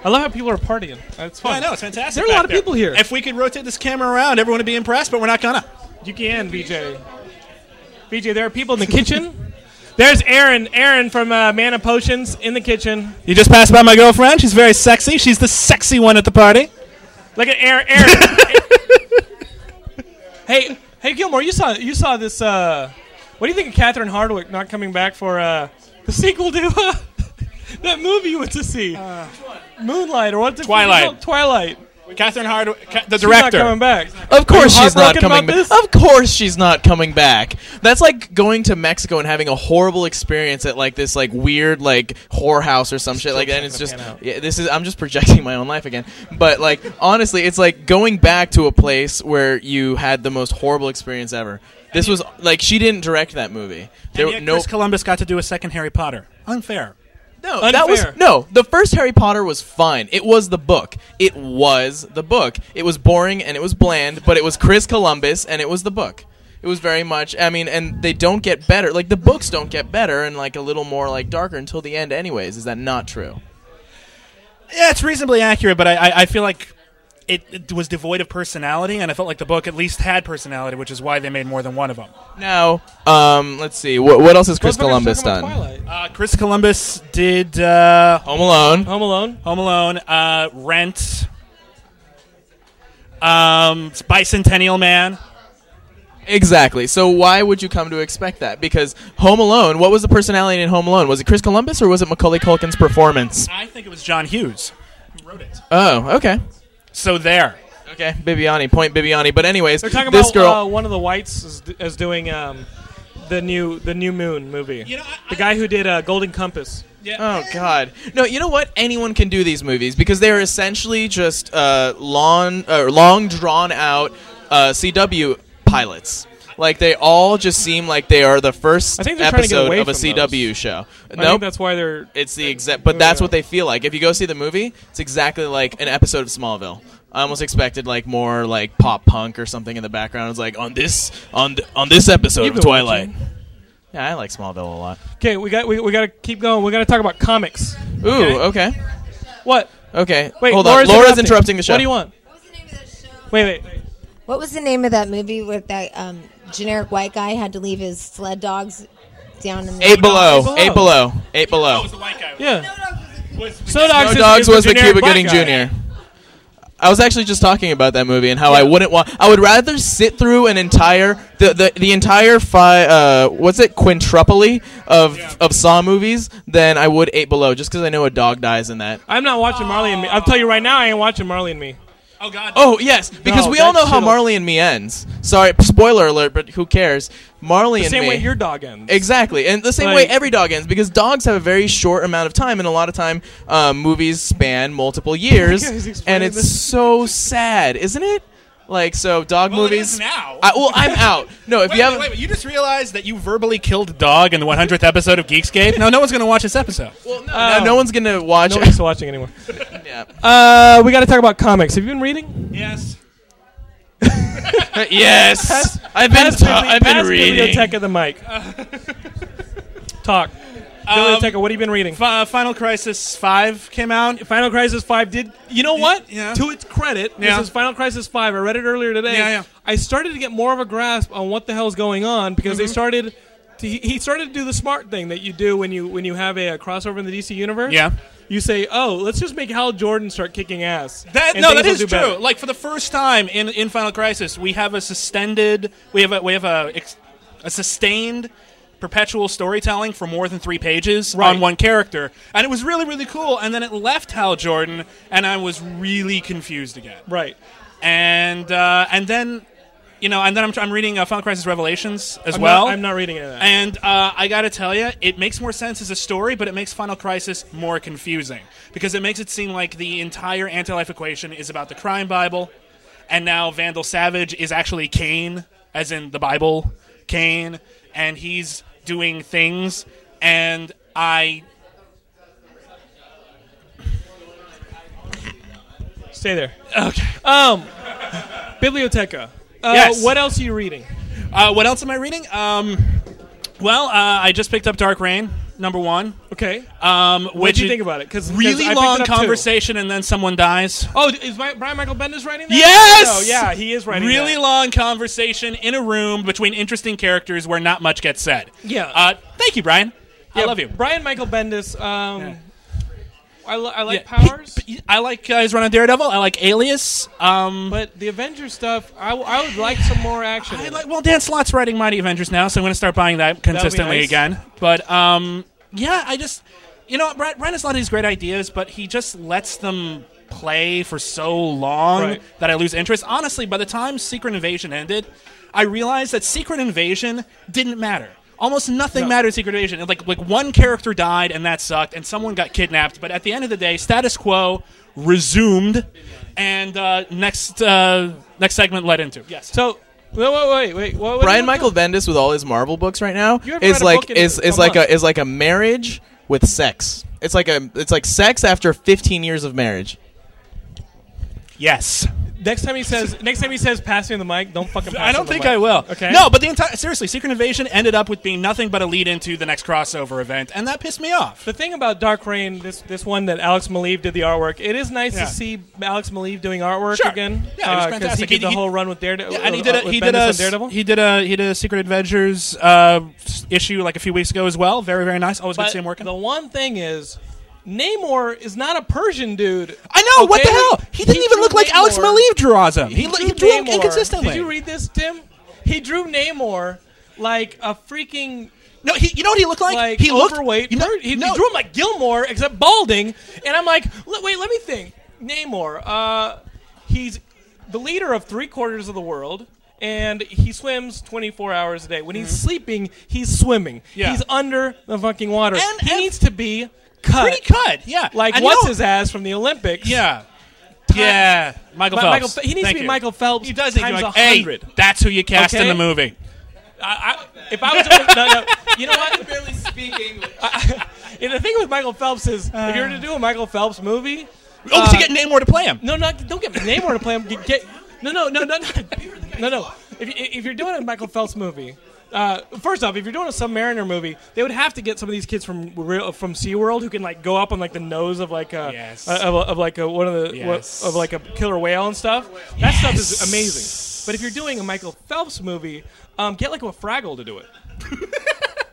Speaker 1: I love how people are partying. It's
Speaker 8: I
Speaker 1: fun.
Speaker 8: know, it's fantastic.
Speaker 1: There are a
Speaker 8: back
Speaker 1: lot of people here.
Speaker 8: If we could rotate this camera around, everyone would be impressed, but we're not gonna.
Speaker 1: You can, BJ. BJ, there are people in the kitchen. There's Aaron. Aaron from uh, Man of Potions in the kitchen.
Speaker 8: You just passed by my girlfriend. She's very sexy. She's the sexy one at the party.
Speaker 1: Look at Aaron. Aaron. hey, hey, Gilmore, you saw you saw this. Uh, what do you think of Catherine Hardwick not coming back for uh, the sequel to uh, that movie you went to see, Moonlight or what's it
Speaker 8: Uh. Twilight.
Speaker 1: called? Twilight.
Speaker 8: Catherine Hardwick, Ca- the
Speaker 1: She's
Speaker 8: director.
Speaker 1: not coming back.
Speaker 2: Of course
Speaker 1: Are you
Speaker 2: she's not
Speaker 1: heartbroken
Speaker 2: coming
Speaker 1: about
Speaker 2: back.
Speaker 1: this?
Speaker 2: Of course she's not coming back. That's like going to Mexico and having a horrible experience at like this like weird like whorehouse or some shit like that. And it's
Speaker 1: Still
Speaker 2: just
Speaker 1: can't pan out.
Speaker 2: yeah, this is I'm just projecting my own life again. But like honestly, it's like going back to a place where you had the most horrible experience ever. This was like she didn't direct that movie. There
Speaker 8: And
Speaker 2: were
Speaker 8: yet
Speaker 2: no
Speaker 8: Chris Columbus got to do a second Harry Potter. Unfair.
Speaker 2: no,
Speaker 1: Unfair.
Speaker 2: that was no. The first Harry Potter was fine. It was the book. It was the book. It was boring and it was bland, but it was Chris Columbus and it was the book. It was very much. I mean, and they don't get better. Like the books don't get better and like a little more like darker until the end. Anyways, is that not true?
Speaker 8: Yeah, it's reasonably accurate, but I, I, I feel like it, it was devoid of personality, and I felt like the book at least had personality, which is why they made more than one of them.
Speaker 2: Now, um, let's see. What what else has Chris
Speaker 1: Motherfuckers talking
Speaker 2: Columbus
Speaker 1: about
Speaker 2: done?
Speaker 1: Twilight.
Speaker 8: Uh, Chris Columbus did uh,
Speaker 2: Home Alone.
Speaker 1: Home Alone.
Speaker 8: Home Alone, uh, Rent, um, Bicentennial Man.
Speaker 2: Exactly. So why would you come to expect that? Because Home Alone. What was the personality in Home Alone? Was it Chris Columbus or was it Macaulay Culkin's performance?
Speaker 8: I think it was John Hughes who wrote it.
Speaker 2: Oh, okay.
Speaker 8: So there.
Speaker 2: Okay, Bibiani, point Bibiani. But anyways,
Speaker 1: They're talking
Speaker 2: this
Speaker 1: about
Speaker 2: girl.
Speaker 1: uh, one of the whites is, is doing um, the new the new moon movie.
Speaker 8: You know, I-
Speaker 1: the guy who did uh, Golden Compass.
Speaker 2: oh God! No, you know what? Anyone can do these movies because they are essentially just uh, long, uh, long drawn out uh, CW pilots. Like they all just seem like they are the first
Speaker 1: I think they're trying to get
Speaker 2: episode
Speaker 1: away
Speaker 2: of a
Speaker 1: from
Speaker 2: CW
Speaker 1: those.
Speaker 2: show. No,
Speaker 1: I think that's why they're.
Speaker 2: it's the exact. But that's what they feel like. If you go see the movie, it's exactly like an episode of Smallville. I almost expected like more like pop punk or something in the background. It's like on this on th- on this episode
Speaker 1: You've
Speaker 2: of
Speaker 1: been
Speaker 2: Twilight. Yeah, I like Smallville a lot.
Speaker 1: Okay, we got we, we got to keep going. We got to talk about comics.
Speaker 2: Ooh, okay.
Speaker 1: What?
Speaker 2: Okay.
Speaker 1: Wait,
Speaker 2: hold
Speaker 1: Laura's
Speaker 2: on. Laura's interrupting the show.
Speaker 1: What do you want?
Speaker 9: What was the name of that show?
Speaker 1: Wait, wait. wait.
Speaker 9: What was the name of that movie with that um, generic white guy had to leave his sled dogs down in the
Speaker 2: Eight below.
Speaker 1: Below.
Speaker 2: Eight below. Eight below.
Speaker 8: the white guy.
Speaker 1: Yeah.
Speaker 8: Was,
Speaker 1: Snow Dogs,
Speaker 2: No
Speaker 1: is- is
Speaker 2: Dogs was the
Speaker 1: generic
Speaker 2: Cuba
Speaker 1: black
Speaker 2: Gooding
Speaker 1: guy.
Speaker 2: Jr. I was actually just talking about that movie and how I wouldn't want. I would rather sit through an entire the the, the entire five uh what's it quintuple of of Saw movies than I would Eight Below just because I know a dog dies in that.
Speaker 1: I'm not watching Marley and Me. I'll tell you right now, I ain't watching Marley and Me.
Speaker 8: oh God.
Speaker 2: Oh yes, because
Speaker 1: No,
Speaker 2: we all
Speaker 1: that
Speaker 2: know how
Speaker 1: shit'll-
Speaker 2: Marley and Me ends. Sorry, spoiler alert, but who cares? Marley
Speaker 1: The
Speaker 2: and
Speaker 1: same
Speaker 2: Me.
Speaker 1: way your dog ends.
Speaker 2: Exactly, and the same
Speaker 1: Like-
Speaker 2: way every dog ends because dogs have a very short amount of time, and a lot of time um, movies span multiple years,
Speaker 1: Yeah, he's explaining
Speaker 2: and it's
Speaker 1: this.
Speaker 2: so sad, isn't it? Like so, dog
Speaker 8: Well, it
Speaker 2: movies.
Speaker 8: is now.
Speaker 2: I, well, I'm out. No, if
Speaker 8: Wait,
Speaker 2: you
Speaker 8: wait,
Speaker 2: haven't,
Speaker 8: wait, you just realized that you verbally killed a dog in the 100th episode of Geekscape. No, no one's gonna watch this episode.
Speaker 2: well, no, no, no one's gonna watch.
Speaker 1: Nobody's Um, watching anymore.
Speaker 2: yeah.
Speaker 1: Uh, we got to talk about comics. Have you been reading?
Speaker 8: Yes.
Speaker 2: yes, I've been
Speaker 1: Pass
Speaker 2: ta-
Speaker 1: Bibli-
Speaker 2: I've been
Speaker 1: pass
Speaker 2: reading.
Speaker 1: Biblioteca the mic. Talk. Biblioteca, what have you been reading?
Speaker 8: Um, Uh, Final Crisis Five came out.
Speaker 1: Final Crisis Five did. You know what?
Speaker 8: Yeah.
Speaker 1: To its credit,
Speaker 8: Yeah.
Speaker 1: this is Final Crisis Five. I read it earlier today.
Speaker 8: Yeah, yeah.
Speaker 1: I started to get more of a grasp on what the hell's going on because
Speaker 8: Mm-hmm.
Speaker 1: they started. To, he- he started to do the smart thing that you do when you when you have a, uh, crossover in the DC universe.
Speaker 8: Yeah.
Speaker 1: You say, "Oh, let's just make Hal Jordan start kicking ass."
Speaker 8: That
Speaker 1: and
Speaker 8: no,
Speaker 1: things
Speaker 8: that
Speaker 1: will
Speaker 8: is
Speaker 1: do
Speaker 8: true.
Speaker 1: better."
Speaker 8: Like for the first time in, in Final Crisis, we have a suspended, we have a we have a ex, a sustained perpetual storytelling for more than three pages
Speaker 1: Right.
Speaker 8: on one character, and it was really really cool. And then it left Hal Jordan, and I was really confused again.
Speaker 1: Right.
Speaker 8: And uh, and then, you know, and then I'm, tr- I'm reading uh, Final Crisis Revelations as
Speaker 1: I'm
Speaker 8: well.
Speaker 1: not, I'm not reading any of that.
Speaker 8: And uh, I gotta tell you, it makes more sense as a story, but it makes Final Crisis more confusing because it makes it seem like the entire anti-life equation is about the crime Bible, and now Vandal Savage is actually Cain, as in the Bible, Cain, and he's doing things, and I
Speaker 1: Stay there. Okay. Um, Biblioteca. Uh,
Speaker 8: Yes.
Speaker 1: What else are you reading?
Speaker 8: uh, what else am I reading? Um, well, uh, I just picked up Dark Rain number one.
Speaker 1: Okay.
Speaker 8: Um,
Speaker 1: what
Speaker 8: which
Speaker 1: do you think about it? Because
Speaker 8: Really long conversation, and then someone dies.
Speaker 1: Oh, is my, Brian Michael Bendis writing that?
Speaker 8: Yes!
Speaker 1: Oh, yeah, he is writing.
Speaker 8: really
Speaker 1: that.
Speaker 8: long conversation in a room between interesting characters where not much gets said.
Speaker 1: Yeah.
Speaker 8: Uh, thank you, Brian. I
Speaker 1: Yeah,
Speaker 8: love you.
Speaker 1: Brian Michael Bendis. Um, I, li- I
Speaker 8: Yeah.
Speaker 1: like Powers,
Speaker 8: He- I like uh, his run on Daredevil. I like Alias. Um,
Speaker 1: but the Avengers stuff, I, w- I would like some more action.
Speaker 8: I
Speaker 1: in
Speaker 8: like,
Speaker 1: it.
Speaker 8: well, Dan Slott's writing Mighty Avengers now, so I'm going to start buying that consistently
Speaker 1: nice.
Speaker 8: again. But um, yeah, I just you know Brian, Brian has a lot of these great ideas, but he just lets them play for so long
Speaker 1: Right.
Speaker 8: that I lose interest. Honestly, by the time Secret Invasion ended, I realized that Secret Invasion didn't matter. Almost nothing mattered in Secret Invasion. It- Like like one character died and that sucked, and someone got kidnapped. But at the end of the day, status quo resumed, and uh, next uh, next segment led into yes.
Speaker 1: so. No, wait, wait, wait. What, what
Speaker 2: Brian
Speaker 1: what-
Speaker 2: Michael Bendis with all his Marvel books right now
Speaker 1: You haven't read
Speaker 2: is
Speaker 1: a
Speaker 2: like
Speaker 1: book in
Speaker 2: is
Speaker 1: a
Speaker 2: is like
Speaker 1: month.
Speaker 2: a is like a marriage with sex. It's like a it's like sex after 15 years of marriage.
Speaker 8: Yes.
Speaker 1: Next time he says, next time he says, pass me the mic. Don't fucking. Pass
Speaker 8: I
Speaker 1: him
Speaker 8: don't
Speaker 1: the
Speaker 8: think
Speaker 1: mic.
Speaker 8: I will.
Speaker 1: Okay.
Speaker 8: No, but the entire seriously, Secret Invasion ended up with being nothing but a lead into the next crossover event, and that pissed me off.
Speaker 1: The thing about Dark Reign, this this one that Alex Maleev did the artwork, it is nice
Speaker 8: Yeah.
Speaker 1: to see Alex Maleev doing artwork
Speaker 8: Sure.
Speaker 1: again.
Speaker 8: Yeah, it was
Speaker 1: uh, 'cause
Speaker 8: fantastic.
Speaker 1: He did
Speaker 8: He-
Speaker 1: the
Speaker 8: he-
Speaker 1: whole run with Daredevil.
Speaker 8: Yeah, and he did a
Speaker 1: with
Speaker 8: he did
Speaker 1: Bendis
Speaker 8: a
Speaker 1: on Daredevil.
Speaker 8: he did a he did a Secret Adventures uh, s- issue like a few weeks ago as well. Very very nice. Always good to see him working.
Speaker 1: The one thing is, Namor is not a Persian dude.
Speaker 8: I know what the
Speaker 1: Okay?
Speaker 8: hell. He didn't even
Speaker 1: drew
Speaker 8: look like Alex
Speaker 1: Namor.
Speaker 8: Maleev draws him. He, he, he drew him
Speaker 1: Namor.
Speaker 8: inconsistently.
Speaker 1: Did you read this, Tim? He drew Namor like a freaking
Speaker 8: no, he, you know what he looked like?
Speaker 1: like
Speaker 8: he looked
Speaker 1: overweight.
Speaker 8: You know,
Speaker 1: per- he,
Speaker 8: no,
Speaker 1: he drew him like Gilmore, except balding. And I'm like, "Le- wait, let me think. Namor, uh, he's the leader of three quarters of the world. And he swims 24 hours a day. When he's sleeping, he's swimming.
Speaker 8: Mm-hmm. Yeah.
Speaker 1: He's under the fucking water.
Speaker 8: And-
Speaker 1: he
Speaker 8: and-
Speaker 1: needs to be cut.
Speaker 8: pretty cut. Yeah,
Speaker 1: Like,
Speaker 8: And you
Speaker 1: what's
Speaker 8: know-
Speaker 1: his ass from the Olympics?
Speaker 8: Yeah. Yeah, Michael
Speaker 1: Mi-
Speaker 8: Phelps.
Speaker 1: Michael Phe- he needs
Speaker 8: Thank
Speaker 1: to be
Speaker 8: you.
Speaker 1: Michael Phelps.
Speaker 8: He does need to be
Speaker 1: times
Speaker 8: like, hey,
Speaker 1: 100.
Speaker 8: that's who you cast in
Speaker 1: Okay?
Speaker 8: the movie.
Speaker 1: I, I, if I was, no, no, you know what? barely speak English. the thing with Michael Phelps is, if you were to do a Michael Phelps movie,
Speaker 8: Oh,
Speaker 1: Uh,
Speaker 8: to get Namor to play him.
Speaker 1: no, not don't get Namor to play him. Get, get no, no, no, no, no, no, no. If, you- if you're doing a Michael Phelps movie. Uh, first off, if you're doing a Submariner movie, they would have to get some of these kids from real, from SeaWorld who can like go up on like the nose of like a,
Speaker 8: Yes.
Speaker 1: uh, of, of like a, one of the
Speaker 8: Yes.
Speaker 1: of like a killer whale and stuff. That stuff is amazing. But if you're doing a Michael Phelps movie, um, get like a Fraggle to do it.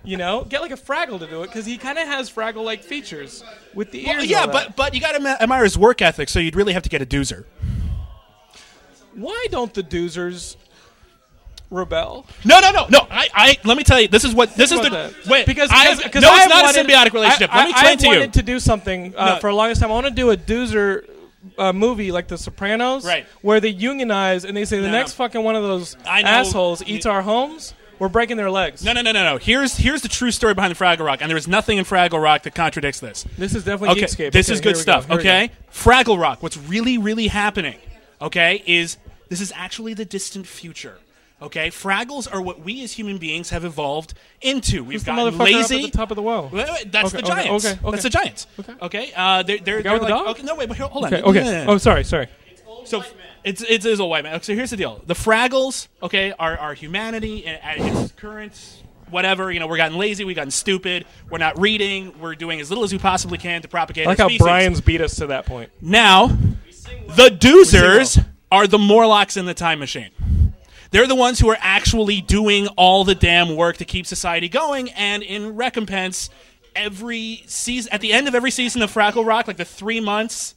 Speaker 1: you know, get like a Fraggle to do it because he kind of has Fraggle like features with the ears. and
Speaker 8: yeah,
Speaker 1: all that.
Speaker 8: but but you got to admire his work ethic, so you'd really have to get a doozer.
Speaker 1: Why don't the doozers rebel?
Speaker 8: No, no, no, no. I, I let me tell you, this is what this is
Speaker 1: About
Speaker 8: the
Speaker 1: that.
Speaker 8: wait
Speaker 1: because
Speaker 8: I,
Speaker 1: because, because
Speaker 8: no,
Speaker 1: I've
Speaker 8: it's not
Speaker 1: wanted-
Speaker 8: a symbiotic relationship.
Speaker 1: I,
Speaker 8: let me
Speaker 1: I,
Speaker 8: explain
Speaker 1: I
Speaker 8: to you.
Speaker 1: wanted to do something uh,
Speaker 8: No.
Speaker 1: for a longest time. I want to do a doozer uh, movie like The Sopranos,
Speaker 8: Right.
Speaker 1: Where they unionize and they say the
Speaker 8: No,
Speaker 1: next
Speaker 8: no.
Speaker 1: fucking one of those
Speaker 8: I know-
Speaker 1: assholes eats our homes. We're breaking their legs.
Speaker 8: no, no, no, no, no. Here's here's the true story behind the Fraggle Rock, and there is nothing in Fraggle Rock that contradicts this.
Speaker 1: This is definitely
Speaker 8: Okay,
Speaker 1: Geekscape.
Speaker 8: this
Speaker 1: Okay,
Speaker 8: is
Speaker 1: here
Speaker 8: good
Speaker 1: we
Speaker 8: stuff.
Speaker 1: go, here we
Speaker 8: okay, Fraggle Rock. What's really, really happening? Okay, is this is actually the distant future. Okay, Fraggles are what we as human beings have evolved into. We've
Speaker 1: Who's the
Speaker 8: gotten
Speaker 1: motherfucker
Speaker 8: lazy.
Speaker 1: up at the top of the well?
Speaker 8: Wait, wait, that's
Speaker 1: Okay,
Speaker 8: the
Speaker 1: okay,
Speaker 8: Giants.
Speaker 1: okay, okay.
Speaker 8: That's the Giants.
Speaker 1: Okay.
Speaker 8: Okay. Uh, they're they're,
Speaker 1: guy
Speaker 8: they're
Speaker 1: with the
Speaker 8: like,
Speaker 1: dog?
Speaker 8: Okay, no, wait, but hold on.
Speaker 1: Okay. Okay.
Speaker 8: No, no, no, no.
Speaker 1: Oh, sorry, sorry.
Speaker 8: so it's it is a white man. So here's the deal: the Fraggles, okay, are are humanity and at its current whatever. You know, we're gotten lazy, we've gotten stupid, we're not reading, we're doing as little as we possibly can to propagate.
Speaker 1: I like
Speaker 8: our
Speaker 1: how
Speaker 8: species.
Speaker 1: Brian's beat us to that point.
Speaker 8: Now, the doozers are the Morlocks in the time machine. They're the ones who are actually doing all the damn work to keep society going, and in recompense, every season, at the end of every season of Frackle Rock, like the three months,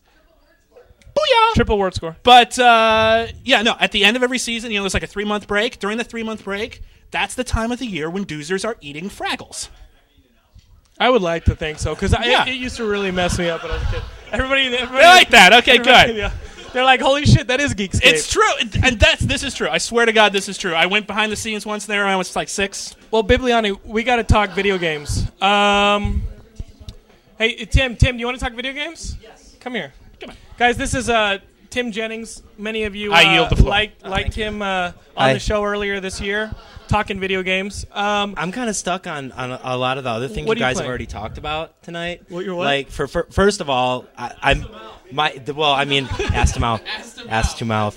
Speaker 8: booyah!
Speaker 1: Triple word score.
Speaker 8: But uh, yeah, no. At the end of every season, you know, there's like a three month break. During the three month break, that's the time of the year when doozers are eating Fraggles.
Speaker 1: I would like to think so because
Speaker 8: Yeah.
Speaker 1: it used to really mess me up when I was a kid. Everybody, everybody
Speaker 8: I like that. Okay,
Speaker 1: everybody-
Speaker 8: good.
Speaker 1: yeah. They're like, holy shit, that is Geekscape.
Speaker 8: It's true, It- and that's this is true. I swear to God, this is true. I went behind the scenes once there, and I was like six.
Speaker 1: Well, Bibliani, we got to talk video games. Um, hey, Tim, Tim, do you want to talk video games? Yes. Come here. Come on. Guys, this is uh, Tim Jennings. Many of you uh,
Speaker 8: I yield the floor.
Speaker 2: Oh,
Speaker 1: liked, liked him uh, on
Speaker 10: Hi.
Speaker 1: the show earlier this year, talking video games. Um,
Speaker 10: I'm kind of stuck on, on a- a lot of the other things
Speaker 1: What
Speaker 10: you
Speaker 1: are you
Speaker 10: guys have
Speaker 1: playing?
Speaker 10: already talked about tonight.
Speaker 1: What- your what?
Speaker 10: Like for, for first of all, I, I'm my the- well, I mean, ass to mouth, ass to mouth.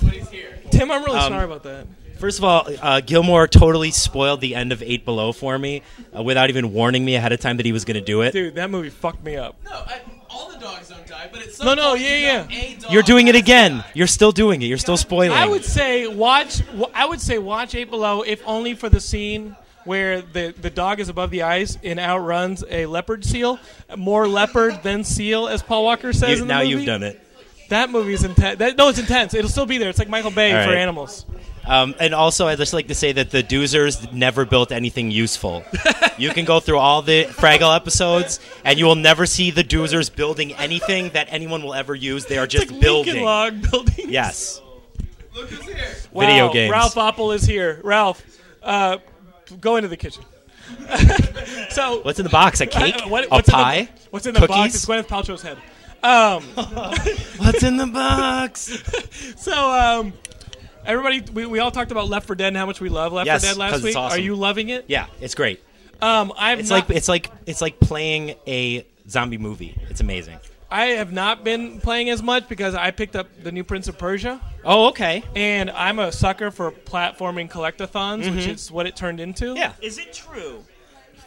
Speaker 1: Tim, I'm really
Speaker 10: Um,
Speaker 1: sorry about that.
Speaker 10: First of all, uh, Gilmore totally spoiled the end of Eight Below for me uh, without even warning me ahead of time that he was going to do it.
Speaker 1: Dude, that movie fucked me up.
Speaker 2: No, all the dogs don't die, but it's
Speaker 1: No, no, yeah, yeah.
Speaker 10: You're doing it again. You're still doing it. You're still spoiling.
Speaker 1: I would say watch. w- I would say watch Eight Below, if only for the scene where the, the dog is above the ice and outruns a leopard seal. More leopard than seal, as Paul Walker says.
Speaker 10: You-
Speaker 1: in the
Speaker 10: now
Speaker 1: movie.
Speaker 10: you've done it.
Speaker 1: That movie's intense. That, no, it's intense. It'll still be there. It's like Michael Bay
Speaker 10: All
Speaker 1: for
Speaker 10: right.
Speaker 1: animals.
Speaker 10: Um, and also, I'd just like to say that the Doozers never built anything useful. you can go through all the Fraggle episodes, and you will never see the Doozers building anything that anyone will ever use. They are just
Speaker 1: It's like
Speaker 10: building.
Speaker 1: Lincoln Log building.
Speaker 10: Yes.
Speaker 1: Wow,
Speaker 10: Video games.
Speaker 1: Ralph Oppel is here. Ralph, uh, go into the kitchen. so
Speaker 10: What's in the box? A cake?
Speaker 1: uh, what-
Speaker 10: a
Speaker 1: what's
Speaker 10: pie?
Speaker 1: In the, what's in the box?
Speaker 10: Cookies?
Speaker 1: It's Gwyneth Paltrow's head. Um,
Speaker 10: What's in the box?
Speaker 1: So, um, everybody, we, we all talked about Left for Dead and how much we love Left
Speaker 10: Yes,
Speaker 1: for Dead
Speaker 10: 'cause
Speaker 1: last
Speaker 10: it's
Speaker 1: week.
Speaker 10: awesome.
Speaker 1: Are you loving it?
Speaker 10: yeah, it's great.
Speaker 1: Um, I've
Speaker 10: It's
Speaker 1: not,
Speaker 10: like it's like it's like playing a zombie movie. It's amazing.
Speaker 1: I have not been playing as much because I picked up the new Prince of Persia,
Speaker 10: Oh, okay.
Speaker 1: and I'm a sucker for platforming collectathons, which is what it turned into.
Speaker 10: Yeah.
Speaker 3: Is it true?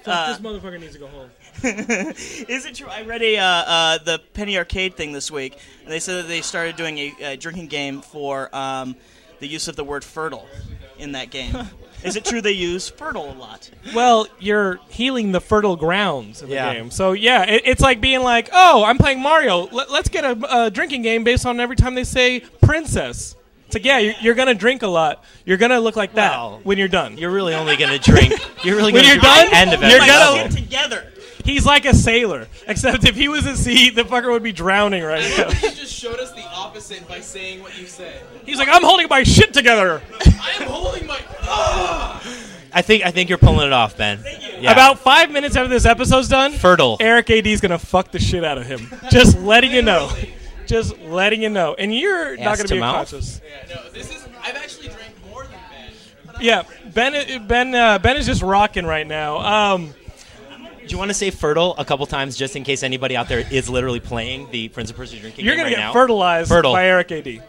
Speaker 3: Uh,
Speaker 1: this motherfucker needs to go home.
Speaker 3: Is it true? I read a uh, uh, the Penny Arcade thing this week, and they said that they started doing a, uh drinking game for um, the use of the word fertile in that game. Is it true they use fertile a lot?
Speaker 1: Well, you're healing the fertile grounds in the
Speaker 10: Yeah.
Speaker 1: game. So yeah, it, it's like being like, oh, I'm playing Mario. Let, let's get a, uh drinking game based on every time they say princess. It's like, yeah, you're, you're gonna drink a lot. You're gonna look like that
Speaker 10: Well,
Speaker 1: when you're done.
Speaker 10: You're really only gonna drink. You're really
Speaker 1: When
Speaker 10: gonna
Speaker 1: you're
Speaker 10: drink
Speaker 1: done,
Speaker 10: the end of
Speaker 1: you're
Speaker 10: every
Speaker 1: gonna-
Speaker 10: level.
Speaker 3: Get together.
Speaker 1: He's like a sailor, except if he was at sea, the fucker would be drowning right now.
Speaker 2: You just showed us the opposite by saying what you said.
Speaker 1: He's like, I'm holding my shit together.
Speaker 2: I am holding my.
Speaker 10: I think I think you're pulling it off, Ben. Yeah.
Speaker 1: About five minutes after this episode's done,
Speaker 10: fertile.
Speaker 1: Eric AD's gonna fuck the shit out of him. Just letting you know. Just letting you know. And you're not
Speaker 10: Ass
Speaker 1: gonna
Speaker 10: to
Speaker 1: be
Speaker 10: mouth?
Speaker 1: conscious.
Speaker 2: No, this is. I've actually drank more than Ben.
Speaker 1: Yeah, Ben. Ben. Uh, ben is just rocking right now. Um,
Speaker 10: Do you want to say fertile a couple times just in case anybody out there is literally playing the Prince of Persia drinking
Speaker 1: you're
Speaker 10: game
Speaker 1: gonna
Speaker 10: right
Speaker 1: get
Speaker 10: now?
Speaker 1: fertilized
Speaker 10: Fertile.
Speaker 1: by Eric AD.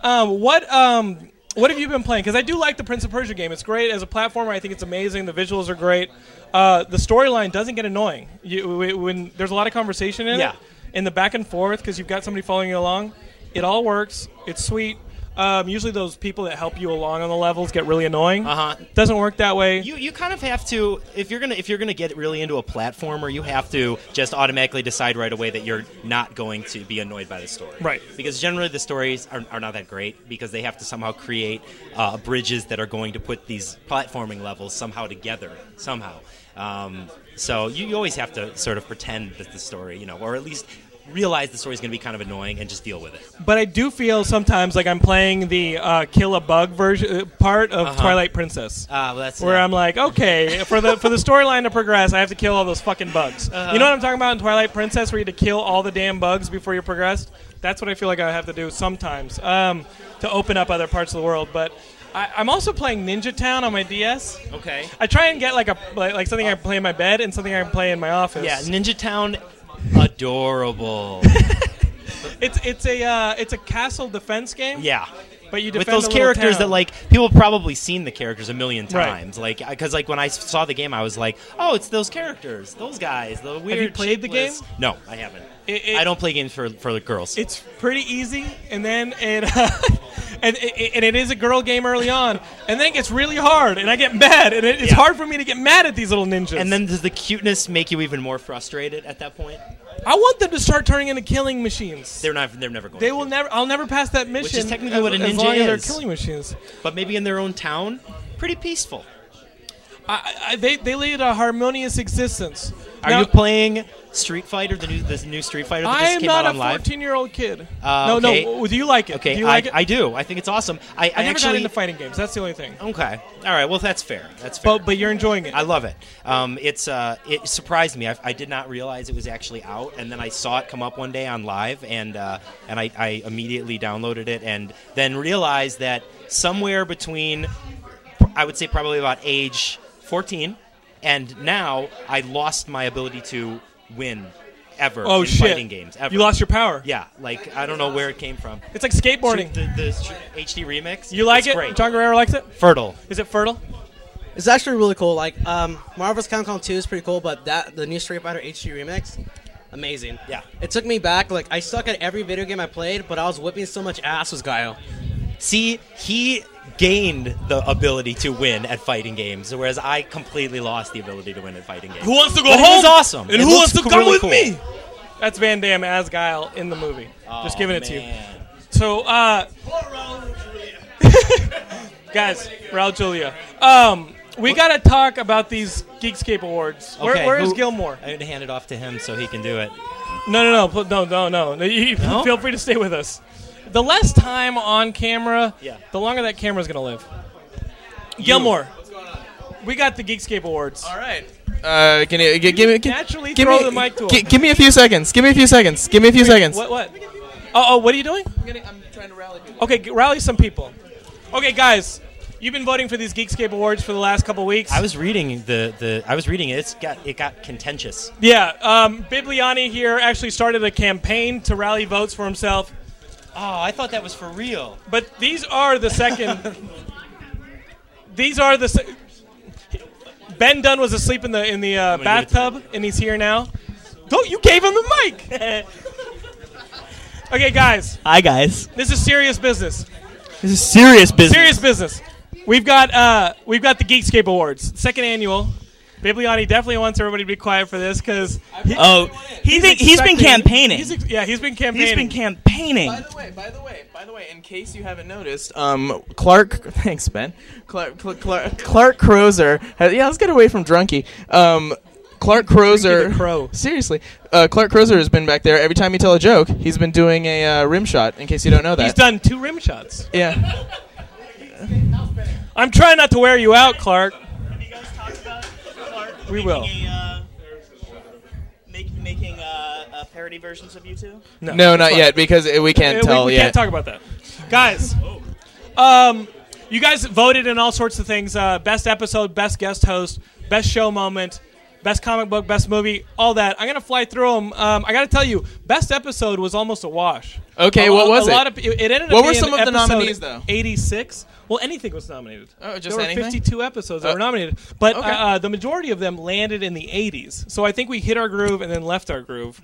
Speaker 1: Um, what um, what have you been playing? Because I do like the Prince of Persia game. It's great as a platformer. I think it's amazing. The visuals are great. Uh, the storyline doesn't get annoying you, when- when there's a lot of conversation in
Speaker 10: Yeah.
Speaker 1: it, in the back and forth because you've got somebody following you along. It all works. It's sweet. Um, usually those people that help you along on the levels get really annoying.
Speaker 10: Uh-huh.
Speaker 1: Doesn't work that way.
Speaker 10: You you kind of have to if you're gonna if you're gonna get really into a platformer, you have to just automatically decide right away that you're not going to be annoyed by the story.
Speaker 1: Right.
Speaker 10: Because generally the stories are, are not that great because they have to somehow create uh, bridges that are going to put these platforming levels somehow together somehow. Um, so you, you always have to sort of pretend that the story, you know, or at least realize the story's going to be kind of annoying and just deal with it.
Speaker 1: But I do feel sometimes like I'm playing the uh, kill a bug version uh, part of Twilight Princess,
Speaker 10: Uh, Uh-huh. well, that's
Speaker 1: where I'm like, okay, for the for the storyline to progress, I have to kill all those fucking bugs.
Speaker 10: Uh-huh.
Speaker 1: You know what I'm talking about in Twilight Princess, where you had to kill all the damn bugs before you progressed. That's what I feel like I have to do sometimes um, to open up other parts of the world. But I, I'm also playing Ninja Town on my DS.
Speaker 10: okay.
Speaker 1: I try and get like a like, like something I can play in my bed and something I can play in my office.
Speaker 10: Yeah, Ninja Town, adorable.
Speaker 1: It's it's a uh, it's a castle defense game.
Speaker 10: Yeah.
Speaker 1: but you
Speaker 10: with
Speaker 1: defend
Speaker 10: those
Speaker 1: a little
Speaker 10: characters that
Speaker 1: town.
Speaker 10: like people have probably seen the characters a million
Speaker 1: Right.
Speaker 10: times, like because like when I s- saw the game, I was like, oh, it's those characters, those guys, the weird.
Speaker 1: played the
Speaker 10: shapeless-
Speaker 1: game?
Speaker 10: No, I haven't.
Speaker 1: It- it-
Speaker 10: I don't play games for for the girls.
Speaker 1: It's pretty easy, and then it uh, and it, and it is a girl game early on, and then it gets really hard, and I get mad, and it, it's hard for me to get mad at these little ninjas.
Speaker 10: and then does the cuteness make you even more frustrated at that point?
Speaker 1: I want them to start turning into killing machines.
Speaker 10: They're not. They're never going.
Speaker 1: They
Speaker 10: to.
Speaker 1: will never. I'll never pass that mission.
Speaker 10: Which is technically
Speaker 1: as-
Speaker 10: what a
Speaker 1: as
Speaker 10: ninja
Speaker 1: long as
Speaker 10: is.
Speaker 1: they're killing machines.
Speaker 10: But maybe in their own town, pretty peaceful.
Speaker 1: I, I, they they lead a harmonious existence.
Speaker 10: Are
Speaker 1: Now,
Speaker 10: you playing Street Fighter, the new this new Street Fighter that
Speaker 1: I
Speaker 10: just
Speaker 1: am
Speaker 10: came
Speaker 1: not
Speaker 10: out
Speaker 1: a
Speaker 10: on live?
Speaker 1: 14 year old kid.
Speaker 10: Uh,
Speaker 1: no,
Speaker 10: okay.
Speaker 1: no. Do you like it?
Speaker 10: Okay,
Speaker 1: do you like
Speaker 10: I,
Speaker 1: it?
Speaker 10: I do. I think it's awesome. I, I,
Speaker 1: I never
Speaker 10: actually,
Speaker 1: got into fighting games. That's the only thing.
Speaker 10: Okay. All right. Well, that's fair. That's fair.
Speaker 1: But but you're enjoying it.
Speaker 10: I love it. Um, it's uh, it surprised me. I, I did not realize it was actually out, and then I saw it come up one day on live, and uh, and I, I immediately downloaded it, and then realized that somewhere between, I would say probably about age 14, and now I lost my ability to win ever
Speaker 1: Oh,
Speaker 10: in
Speaker 1: shit.
Speaker 10: fighting games. Ever.
Speaker 1: You lost your power.
Speaker 10: Yeah, like I don't know where it came from.
Speaker 1: It's like skateboarding.
Speaker 10: The, the str- HD remix.
Speaker 1: You like
Speaker 10: It's
Speaker 1: it?
Speaker 10: Great.
Speaker 1: John Guerrero likes it.
Speaker 10: Fertile.
Speaker 1: Is it fertile?
Speaker 11: It's actually really cool. Like um, Marvel's Capcom 2 is pretty cool, but that the new Street Fighter HD remix, amazing.
Speaker 10: Yeah.
Speaker 11: It took me back. Like I suck at every video game I played, but I was whipping so much ass with Guile.
Speaker 10: See, he gained the ability to win at fighting games, whereas I completely lost the ability to win at fighting games.
Speaker 1: Who wants to go
Speaker 10: But
Speaker 1: home?
Speaker 10: It was awesome.
Speaker 1: And
Speaker 10: It
Speaker 1: who
Speaker 10: looks
Speaker 1: wants to
Speaker 10: co-
Speaker 1: come
Speaker 10: really
Speaker 1: with
Speaker 10: cool.
Speaker 1: me? That's Van Damme as Guile in the movie. Just
Speaker 10: Oh,
Speaker 1: giving it to you.
Speaker 10: man.
Speaker 1: So, uh, guys, Raul Julia. Um, we got to talk about these Geekscape Awards. Where,
Speaker 10: Okay,
Speaker 1: where is
Speaker 10: who-
Speaker 1: Gilmore?
Speaker 10: I'm going to hand it off to him so he can do it.
Speaker 1: No, no, no, pl- no, no, no. no, you, you-
Speaker 10: No?
Speaker 1: Feel free to stay with us. The less time on camera,
Speaker 10: Yeah.
Speaker 1: the longer that camera's gonna live. Gilmore, we got the Geekscape Awards. All
Speaker 2: right. Uh, can you g- give me g-
Speaker 1: naturally
Speaker 2: give
Speaker 1: throw
Speaker 2: me,
Speaker 1: the mic to
Speaker 2: gi-
Speaker 1: him.
Speaker 2: give me a few seconds. Give me a few seconds. Give me a few seconds.
Speaker 1: What? What? Oh, oh, what are you doing? I'm, getting, I'm trying to rally people. Okay, g- rally some people. Okay, guys, you've been voting for these Geekscape Awards for the last couple weeks.
Speaker 10: I was reading the, the I was reading it. It's got it got contentious.
Speaker 1: Yeah, um, Bibliani here actually started a campaign to rally votes for himself.
Speaker 10: Oh, I thought that was for real.
Speaker 1: But these are the second. these are the. Se- ben Dunn was asleep in the in the uh,
Speaker 10: gonna give it to
Speaker 1: bathtub, and he's here now. Don't you gave him the mic? okay, guys,
Speaker 3: Hi guys.
Speaker 1: this is serious business.
Speaker 3: This is serious business.
Speaker 1: Serious business. We've got uh, we've got the Geekscape Awards, second annual. Bibliani definitely wants everybody to be quiet for this because
Speaker 3: Oh, he think, he's been campaigning.
Speaker 1: He's ex- yeah, he's been campaigning.
Speaker 3: he's been campaigning.
Speaker 2: By the way, by the way, by the way, in case you haven't noticed, um, Clark, thanks, Ben. Clark, Cl- Clark, Clark Crozer. Has, yeah, let's get away from drunky. Um, Clark Crozer.
Speaker 1: the crow.
Speaker 2: Seriously, uh, Clark Crozer has been back there. Every time you tell a joke, he's been doing a uh, rim shot. In case you don't know that.
Speaker 1: he's done two rim shots.
Speaker 2: Yeah.
Speaker 1: I'm trying not to wear you out, Clark.
Speaker 3: you guys talked about Clark
Speaker 1: We
Speaker 3: making
Speaker 1: will.
Speaker 3: A, uh, make, making uh, uh, parody versions of you two?
Speaker 2: No, not yet because uh, we can't
Speaker 1: Uh,
Speaker 2: tell
Speaker 1: we, we
Speaker 2: yet.
Speaker 1: can't talk about that, guys. Um, you guys voted in all sorts of things: uh, best episode, best guest host, best show moment, best comic book, best movie, all that. I'm gonna fly through them. Um, I gotta tell you, best episode was almost a wash.
Speaker 2: Okay,
Speaker 1: A-
Speaker 2: what
Speaker 1: a-
Speaker 2: was
Speaker 1: a
Speaker 2: it?
Speaker 1: Lot of, it ended
Speaker 2: What
Speaker 1: up
Speaker 2: were
Speaker 1: being
Speaker 2: some of the
Speaker 1: episode
Speaker 2: nominees, though?
Speaker 1: 86. Well, anything was nominated.
Speaker 2: Oh, just
Speaker 1: there
Speaker 2: anything?
Speaker 1: were 52 episodes that
Speaker 2: Oh.
Speaker 1: were nominated, but
Speaker 2: Okay.
Speaker 1: uh, uh, the majority of them landed in the 80s. So I think we hit our groove and then left our groove,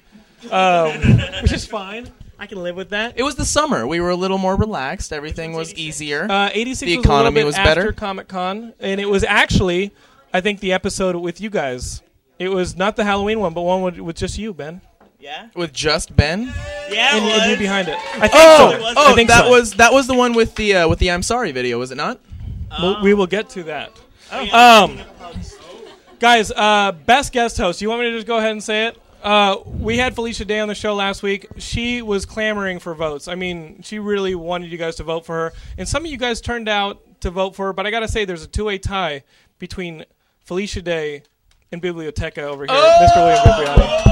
Speaker 1: um, which is fine. I can live with that.
Speaker 2: It was the summer. We were a little more relaxed. Everything was easier.
Speaker 1: Uh, 86
Speaker 2: The
Speaker 1: was a little
Speaker 2: economy
Speaker 1: bit
Speaker 2: was
Speaker 1: after
Speaker 2: better.
Speaker 1: Comic Con, and it was actually, I think, the episode with you guys. It was not the Halloween one, but one with, with just you, Ben,
Speaker 3: Yeah?
Speaker 2: With just Ben.
Speaker 3: Yeah,
Speaker 1: and,
Speaker 3: it
Speaker 1: and you
Speaker 3: was.
Speaker 1: behind it. I think
Speaker 2: Oh,
Speaker 1: so.
Speaker 3: was.
Speaker 2: oh,
Speaker 1: I think
Speaker 2: that
Speaker 1: so.
Speaker 2: was that was the one with the uh, with the I'm sorry video, was it not?
Speaker 1: We'll- we will get to that.
Speaker 3: yeah.
Speaker 1: Um, guys, uh, best guest host. You want me to just go ahead and say it? Uh, we had Felicia Day on the show last week. She was clamoring for votes. I mean, she really wanted you guys to vote for her, and some of you guys turned out to vote for her. But I gotta say, there's a two-way tie between Felicia Day and Biblioteca over here, Mr. William Bibliani.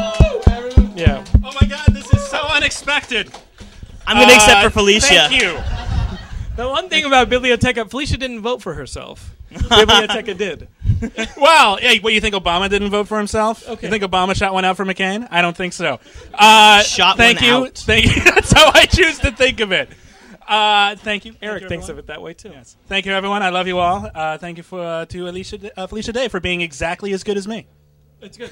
Speaker 1: Yeah.
Speaker 8: Oh my God, this is so unexpected.
Speaker 3: I'm going to accept
Speaker 8: Uh,
Speaker 3: for Felicia.
Speaker 8: Thank you.
Speaker 1: The one thing about Biblioteca, Felicia didn't vote for herself. Biblioteca did.
Speaker 8: wow. Hey, what you think Obama didn't vote for himself? Okay. You think Obama shot one out for McCain? I don't think so. Uh,
Speaker 3: Shot
Speaker 8: thank
Speaker 3: one
Speaker 8: you.
Speaker 3: out.
Speaker 8: Thank you. That's how I choose to think of it. Uh, thank you, Eric.
Speaker 1: thinks of it that way too.
Speaker 8: Yes. Thank you, everyone. I love you all. Uh, thank you for uh, to Alicia uh, Felicia Day for being exactly as good as me.
Speaker 1: It's good.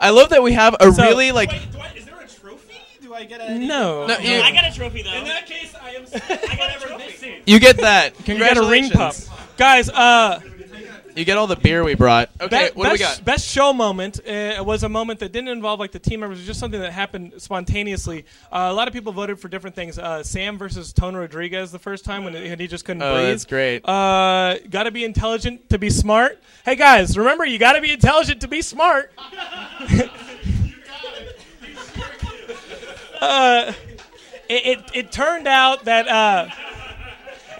Speaker 2: I love that we have a
Speaker 8: So-
Speaker 2: really like.
Speaker 7: Oh, Wait, do I, is there a trophy? Do I get a?
Speaker 2: No. No, you- I got
Speaker 7: a trophy though. In that case, I am. I got a trophy.
Speaker 2: You get that.
Speaker 1: You get a ring
Speaker 2: Congratulations.
Speaker 1: pop, guys. Uh,
Speaker 2: You get all the beer we brought. Okay,
Speaker 1: Be-
Speaker 2: what do
Speaker 1: best,
Speaker 2: we got?
Speaker 1: Best show moment uh, was a moment that didn't involve like the team members. It was just something that happened spontaneously. Uh, a lot of people voted for different things. Uh, Sam versus Tone Rodriguez the first time when he he just couldn't
Speaker 2: Oh,
Speaker 1: breathe.
Speaker 2: that's great.
Speaker 1: Uh, got to be intelligent to be smart. Hey guys, remember you got to be intelligent to be smart. uh, it, it, it turned out that uh,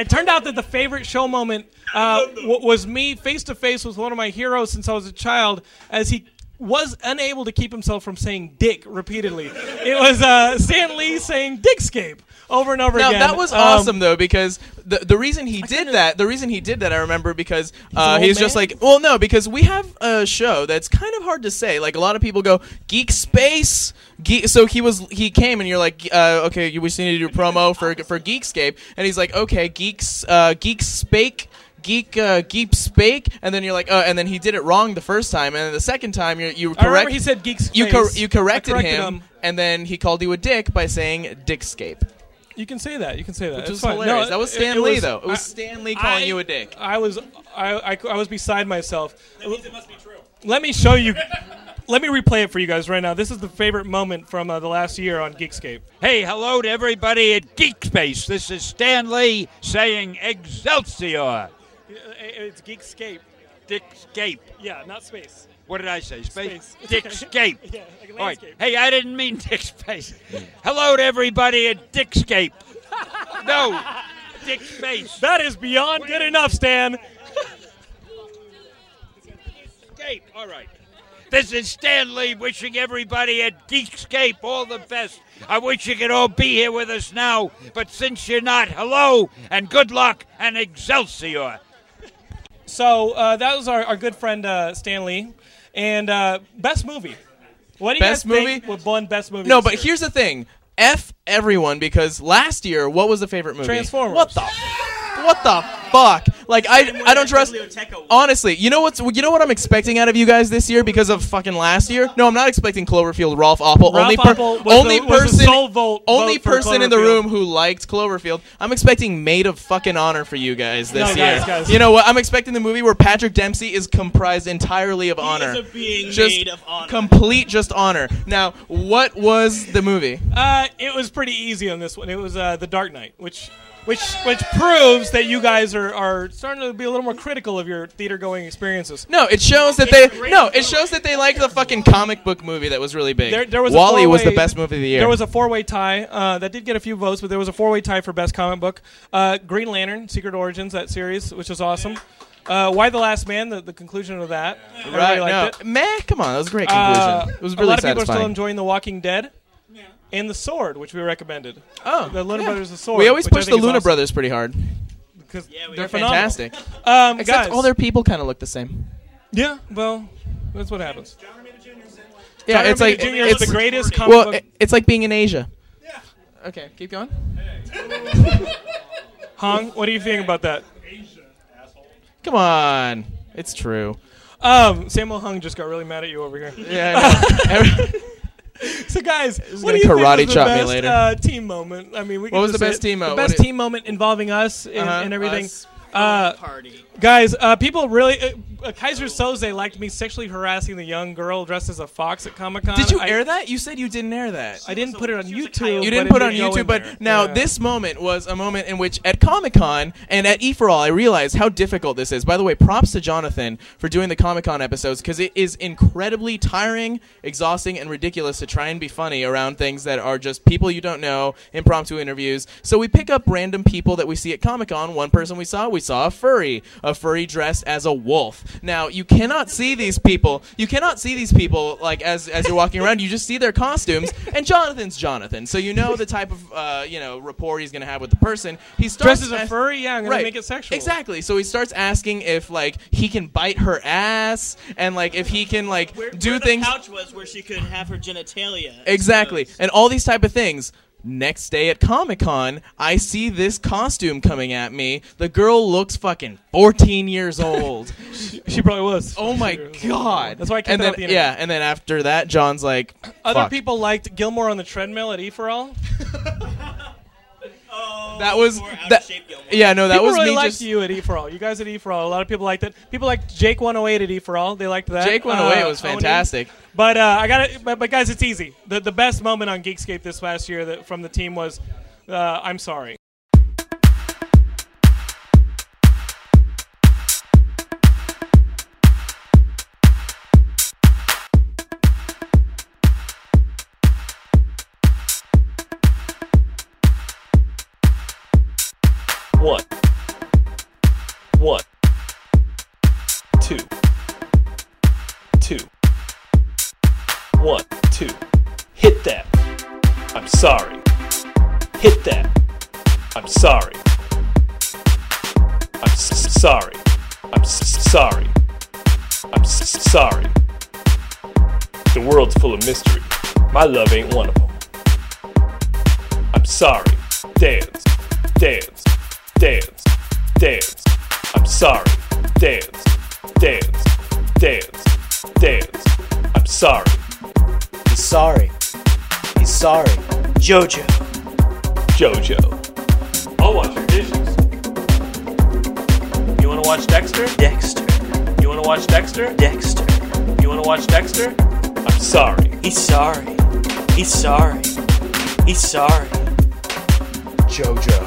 Speaker 1: it turned out that the favorite show moment uh, w- was me face to face with one of my heroes since I was a child, as he was unable to keep himself from saying "dick" repeatedly. It was uh, Stan Lee saying "dickscape" over and over
Speaker 2: now
Speaker 1: again.
Speaker 2: that was
Speaker 1: Um,
Speaker 2: awesome though because the the reason he did that the reason he did that I remember because uh,
Speaker 1: old
Speaker 2: he's just
Speaker 1: man?
Speaker 2: like well no because we have a show that's kind of hard to say like a lot of people go geek space geek so he was he came and you're like uh, okay you- we just need to do a promo for for Geekscape and he's like okay geeks uh, geek spake. Geek, uh, geek spake, and then you're like, uh, and then he did it wrong the first time, and then the second time you you
Speaker 1: I remember
Speaker 2: correct.
Speaker 1: he said geek
Speaker 2: You,
Speaker 1: space.
Speaker 2: you corrected,
Speaker 1: I corrected
Speaker 2: him,
Speaker 1: him.
Speaker 2: and then he called you a dick by saying dickscape.
Speaker 1: You can say that. You can say that.
Speaker 2: Which
Speaker 1: It's
Speaker 2: was
Speaker 1: fine.
Speaker 2: hilarious. That was
Speaker 1: it-
Speaker 2: Stan
Speaker 1: it
Speaker 2: Lee,
Speaker 1: was-
Speaker 2: though. It was
Speaker 1: I-
Speaker 2: Stan Lee calling
Speaker 1: I-
Speaker 2: you a dick.
Speaker 1: I was, I, I, I was beside myself. it must be true. Let me show you. Let me replay it for you guys right now. This is the favorite moment from uh, the last year on Geekscape.
Speaker 12: Hey, hello to everybody at Geekspace. This is Stan Lee saying Excelsior.
Speaker 1: Uh, It's Geekscape.
Speaker 12: Dickscape.
Speaker 1: Yeah, not space.
Speaker 12: What did I say? Space?
Speaker 1: Space.
Speaker 12: Dickscape.
Speaker 1: Yeah, like
Speaker 12: All right.
Speaker 1: landscape.
Speaker 12: Hey, I didn't mean Dickspace. hello to everybody at Dickscape. no, Dickspace.
Speaker 1: That is beyond good enough, Stan.
Speaker 12: Dickscape. All right. This is Stan Lee wishing everybody at Geekscape all the best. I wish you could all be here with us now, but since you're not, hello and good luck and Excelsior.
Speaker 1: So uh, that was our, our good friend uh, Stan Lee, and uh, best movie. What do you
Speaker 2: Best
Speaker 1: guys
Speaker 2: movie?
Speaker 1: think would won best movie?
Speaker 2: No,
Speaker 1: this
Speaker 2: but
Speaker 1: year?
Speaker 2: here's the thing. F everyone because last year, what was the favorite movie?
Speaker 1: Transformers.
Speaker 2: What the? f- What the fuck? Like I, I don't trust. Honestly, you know what's you know what I'm expecting out of you guys this year because of fucking last year. No, I'm not expecting Cloverfield. Ralph Oppel,
Speaker 1: Ralph
Speaker 2: only per-
Speaker 1: Oppel was
Speaker 2: only
Speaker 1: the- was the
Speaker 2: person,
Speaker 1: sole vote-
Speaker 2: only
Speaker 1: vote for
Speaker 2: person in the
Speaker 1: Cloverfield.
Speaker 2: room who liked Cloverfield. I'm expecting Maid of Fucking Honor for you guys
Speaker 1: No,
Speaker 2: this
Speaker 1: guys,
Speaker 2: year.
Speaker 1: guys.
Speaker 2: You know what? I'm expecting the movie where Patrick Dempsey is comprised entirely of honor,
Speaker 3: a being
Speaker 2: just
Speaker 3: made of honor.
Speaker 2: complete just honor. Now, what was the movie?
Speaker 1: Uh, it was pretty easy on this one. It was uh, The Dark Knight, which which which proves that you guys are, are starting to be a little more critical of your theater going experiences.
Speaker 2: No, it shows that they no, it shows that they liked the fucking comic book movie that was really big.
Speaker 1: There, there was a
Speaker 2: Wally was the
Speaker 1: four-way-
Speaker 2: best movie of the year.
Speaker 1: There was a four-way tie uh, that did get a few votes, but there was a four-way tie for best comic book. Uh, Green Lantern, Secret Origins, that series, which was awesome. Uh, Why the Last Man, the, the conclusion of that. Everybody
Speaker 2: right. No,
Speaker 1: liked it.
Speaker 2: man, come on, that was a great conclusion.
Speaker 1: Uh,
Speaker 2: it was
Speaker 1: a
Speaker 2: really
Speaker 1: lot of people are still
Speaker 2: satisfying.
Speaker 1: enjoying The Walking Dead. And the sword, which we recommended.
Speaker 2: Oh,
Speaker 1: the Luna
Speaker 2: yeah.
Speaker 1: Brothers, the sword.
Speaker 2: we always
Speaker 1: which I
Speaker 2: push the
Speaker 1: think is
Speaker 2: Luna
Speaker 1: awesome.
Speaker 2: Brothers pretty hard.
Speaker 1: because
Speaker 2: They're
Speaker 1: they're phenomenal.
Speaker 2: fantastic.
Speaker 1: Um,
Speaker 2: Except
Speaker 1: guys.
Speaker 2: all their people kind of look the same.
Speaker 1: Yeah, well, that's what happens. John Romita Jr.
Speaker 2: Yeah, it's like
Speaker 1: Jr.
Speaker 2: it's
Speaker 1: is the greatest comic
Speaker 2: Well,
Speaker 1: book.
Speaker 2: it- it's like being in Asia. Okay, keep going.
Speaker 1: Hong, what do you think about that?
Speaker 2: Come on, it's true.
Speaker 1: Um, Samuel Hung just got really mad at you over here.
Speaker 2: Yeah, I know.
Speaker 1: so guys, what
Speaker 2: gonna
Speaker 1: do you
Speaker 2: karate
Speaker 1: think was
Speaker 2: chop
Speaker 1: the
Speaker 2: me
Speaker 1: best,
Speaker 2: later.
Speaker 1: Uh, team moment. I mean, we
Speaker 2: What
Speaker 1: can
Speaker 2: was
Speaker 1: just
Speaker 2: the
Speaker 1: say
Speaker 2: best
Speaker 1: it.
Speaker 2: team
Speaker 1: The
Speaker 2: moment?
Speaker 1: best
Speaker 2: What do you-
Speaker 1: team moment involving us and,
Speaker 2: Uh-huh,
Speaker 1: and everything.
Speaker 2: us.
Speaker 1: Uh, party. Guys, uh, people really. Uh, uh, Kaiser Soze liked me sexually harassing the young girl dressed as a fox at Comic Con.
Speaker 2: Did you
Speaker 1: I,
Speaker 2: air that? You said you didn't air that.
Speaker 1: I didn't put it on YouTube.
Speaker 2: You
Speaker 1: but
Speaker 2: didn't
Speaker 1: it
Speaker 2: put it on
Speaker 1: did go in
Speaker 2: YouTube,
Speaker 1: there.
Speaker 2: but now
Speaker 1: Yeah.
Speaker 2: this moment was a moment in which at Comic Con and at E for All, I realized how difficult this is. By the way, props to Jonathan for doing the Comic Con episodes because it is incredibly tiring, exhausting, and ridiculous to try and be funny around things that are just people you don't know, impromptu interviews. So we pick up random people that we see at Comic Con. One person we saw, we saw a furry, a furry dressed as a wolf. Now you cannot see these people. You cannot see these people like as as you're walking around. You just see their costumes. And Jonathan's Jonathan, so you know the type of uh, you know rapport he's gonna have with the person. He starts
Speaker 1: Dressed as a
Speaker 2: ask-
Speaker 1: furry? Yeah, I'm gonna make it sexual.
Speaker 2: Exactly. So he starts asking if like he can bite her ass and like if he can like
Speaker 3: Where,
Speaker 2: do
Speaker 3: where the
Speaker 2: things.
Speaker 3: couch was where she could have her genitalia.
Speaker 2: Exactly. And all these type of things. Next day at Comic Con, I see this costume coming at me. The girl looks fucking 14 years old.
Speaker 1: she, probably was.
Speaker 2: Oh my god.
Speaker 1: That's why I kept
Speaker 2: and
Speaker 1: it
Speaker 2: then,
Speaker 1: off the internet.
Speaker 2: Yeah, and then after that, John's like,
Speaker 1: Other
Speaker 2: fuck.
Speaker 1: people liked Gilmore on the treadmill at E for All.
Speaker 2: that was that, Yeah, no, that
Speaker 1: people
Speaker 2: was
Speaker 1: really
Speaker 2: me
Speaker 1: liked
Speaker 2: just
Speaker 1: you at E for All. You guys at E for All. A lot of people liked it. People liked Jake 108 at E for All. They liked that.
Speaker 2: Jake 108
Speaker 1: Uh,
Speaker 2: was
Speaker 1: Oni.
Speaker 2: fantastic.
Speaker 1: But uh, I got it. But, but guys, it's easy. The the best moment on Geekscape this last year that, from the team was, uh, I'm sorry.
Speaker 13: One. One. Two. Two. One, two. Hit that. I'm sorry. Hit that. I'm sorry. I'm s- sorry. I'm s- sorry. I'm s- sorry. The world's full of mystery. My love ain't one of them. I'm sorry. Dance. Dance. Dance. Dance. I'm sorry. Dance. Dance. Dance. Dance. I'm sorry. He's sorry. He's sorry. Jojo. Jojo. I'll watch your dishes. You wanna watch Dexter? Dexter. You wanna watch Dexter? Dexter. You wanna watch Dexter? I'm sorry. He's sorry. He's sorry. He's sorry. Jojo.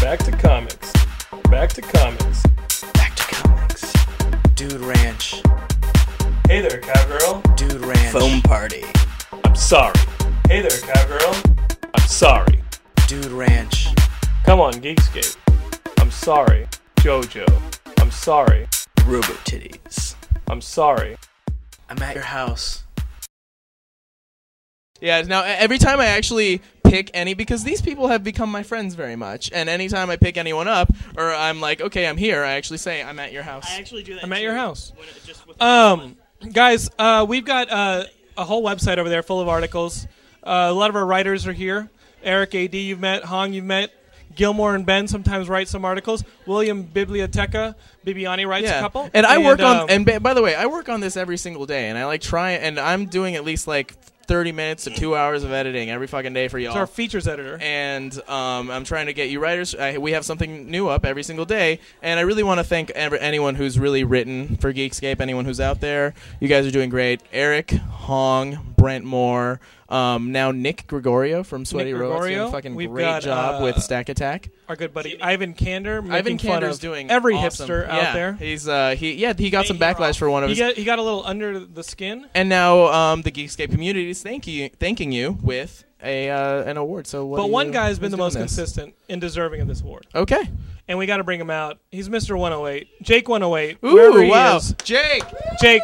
Speaker 13: Back to comics. Back to comics. Back to comics. Dude Ranch. Hey there, cowgirl. Dude Ranch.
Speaker 3: Foam
Speaker 13: party. I'm sorry. Hey there, cowgirl. I'm sorry. Dude Ranch. Come on, Geekscape. I'm sorry. JoJo. I'm sorry. Robo titties. I'm sorry.
Speaker 11: I'm at your house.
Speaker 2: Yeah, now e- every time I actually pick any because these people have become my friends very much and anytime I pick anyone up or I'm like, "Okay, I'm here." I actually say, "I'm at your house." I
Speaker 3: actually do that.
Speaker 1: I'm at your house. Um, guys, uh, we've got uh, a whole website over there full of articles. Uh, a lot of our writers are here. Eric Ad, you've met. Hong, you've met. Gilmore and Ben sometimes write some articles. William Biblioteca Bibiani writes
Speaker 2: yeah.
Speaker 1: a couple.
Speaker 2: And I work on
Speaker 1: um,
Speaker 2: and ba- by the way, I work on this every single day and I like try and I'm doing at least like 30 minutes to 2 hours of editing every fucking day for y'all.
Speaker 1: it's our features editor.
Speaker 2: and um, I'm trying to get you writers. I, we have something new up every single day, and I really want to thank ever, anyone who's really written for Geekscape. Anyone who's out there, you guys are doing great. Eric Hong, Brent Moore, um, now Nick Gregorio from Sweaty
Speaker 1: Nick
Speaker 2: Robots, doing
Speaker 1: Gregorio.
Speaker 2: a fucking
Speaker 1: We've
Speaker 2: great
Speaker 1: got,
Speaker 2: job
Speaker 1: uh,
Speaker 2: with Stack Attack.
Speaker 1: Our good buddy Ivan Kander. Making
Speaker 2: Ivan
Speaker 1: fun
Speaker 2: Kander's
Speaker 1: of
Speaker 2: doing
Speaker 1: every
Speaker 2: awesome.
Speaker 1: hipster
Speaker 2: Yeah.
Speaker 1: out there.
Speaker 2: He's uh, he yeah he got some backlash for one of
Speaker 1: He
Speaker 2: his
Speaker 1: got, he got a little under the skin.
Speaker 2: and now um, the Geekscape community is thank you, thanking you with a uh, an award. So what
Speaker 1: but
Speaker 2: do
Speaker 1: one
Speaker 2: you-
Speaker 1: guy has been
Speaker 2: who's
Speaker 1: the
Speaker 2: doing
Speaker 1: most
Speaker 2: this?
Speaker 1: consistent and deserving of this award.
Speaker 2: Okay.
Speaker 1: And we got to bring him out. He's Mr. 108, Jake 108.
Speaker 2: Ooh,
Speaker 1: wherever he
Speaker 2: wow.
Speaker 1: is.
Speaker 2: Jake.
Speaker 1: Jake.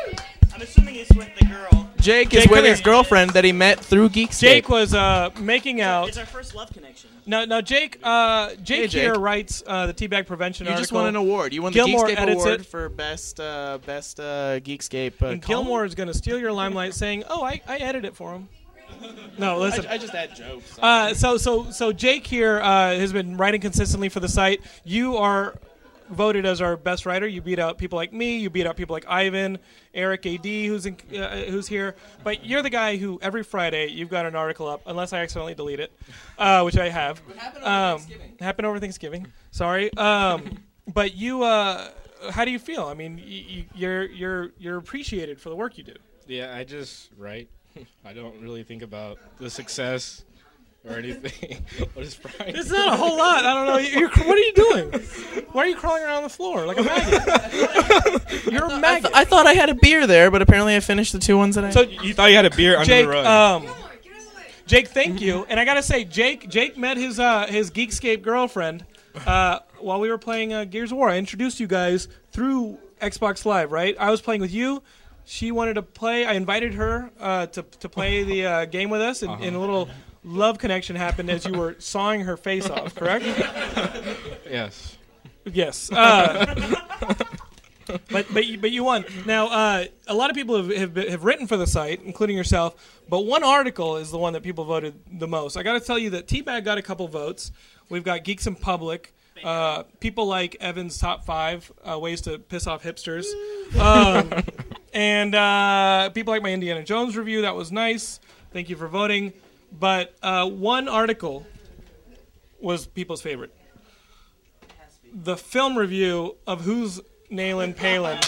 Speaker 2: Jake,
Speaker 1: Jake,
Speaker 2: is with
Speaker 1: come
Speaker 2: his girlfriend that he met through Geekscape.
Speaker 1: Jake was uh, making out.
Speaker 3: It's our first love connection.
Speaker 1: No, no, Jake. Uh, Jake,
Speaker 2: Jake.
Speaker 1: here writes uh, the teabag prevention.
Speaker 2: You just
Speaker 1: article.
Speaker 2: won an award. You won the
Speaker 1: Gilmore
Speaker 2: Geekscape
Speaker 1: edits
Speaker 2: award
Speaker 1: It.
Speaker 2: for best uh, best uh, Geekscape. Uh,
Speaker 1: And
Speaker 2: column.
Speaker 1: Gilmore is going to steal your limelight, saying, "Oh, I, I edit it for him." No, listen.
Speaker 2: I, I just add jokes.
Speaker 1: Uh, so so so Jake here uh, has been writing consistently for the site. You are voted as our best writer. You beat out people like me. You beat out people like Ivan, Eric Ad, who's in, uh, who's here. But you're the guy who every Friday you've got an article up, unless I accidentally delete it, uh, which I have. Happened over Thanksgiving. Happened over Thanksgiving. Sorry. Um, but you, uh, how do you feel? I mean, y- y- you're you're you're appreciated for the work you do.
Speaker 14: Yeah, I just write. I don't really think about the success or anything. what is Brian?
Speaker 1: It's not a whole lot. I don't know. You're, what are you doing? Why are you crawling around the floor like a maggot? You're a maggot.
Speaker 2: I thought I had a beer there, but apparently I finished the two ones that I.
Speaker 14: So you thought you had a beer under
Speaker 1: Jake,
Speaker 14: the rug?
Speaker 1: Um, Jake, thank you. And I gotta say, Jake, Jake met his uh, his Geekscape girlfriend uh, while we were playing uh, Gears of War, I introduced you guys through Xbox Live, right? I was playing with you. She wanted to play. I invited her uh, to to play the uh, game with us, and, and a little love connection happened as you were sawing her face off. Correct?
Speaker 5: Yes.
Speaker 1: Yes. Uh, but but you, but you won. Now uh, a lot of people have, have been- have written for the site, including yourself. But one article is the one that people voted the most. I got to tell you that Teabag got a couple votes. We've got Geeks in Public. Uh, people like Evan's top five uh, ways to piss off hipsters, um, and uh, people like my Indiana Jones review. That was nice. Thank you for voting. But uh, one article was people's favorite the film review of who's Nayland Palin.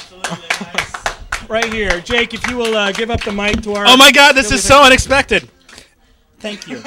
Speaker 1: right here, Jake. If you will uh, give up the mic to our.
Speaker 8: Oh my God, this is so unexpected.
Speaker 1: Thank you.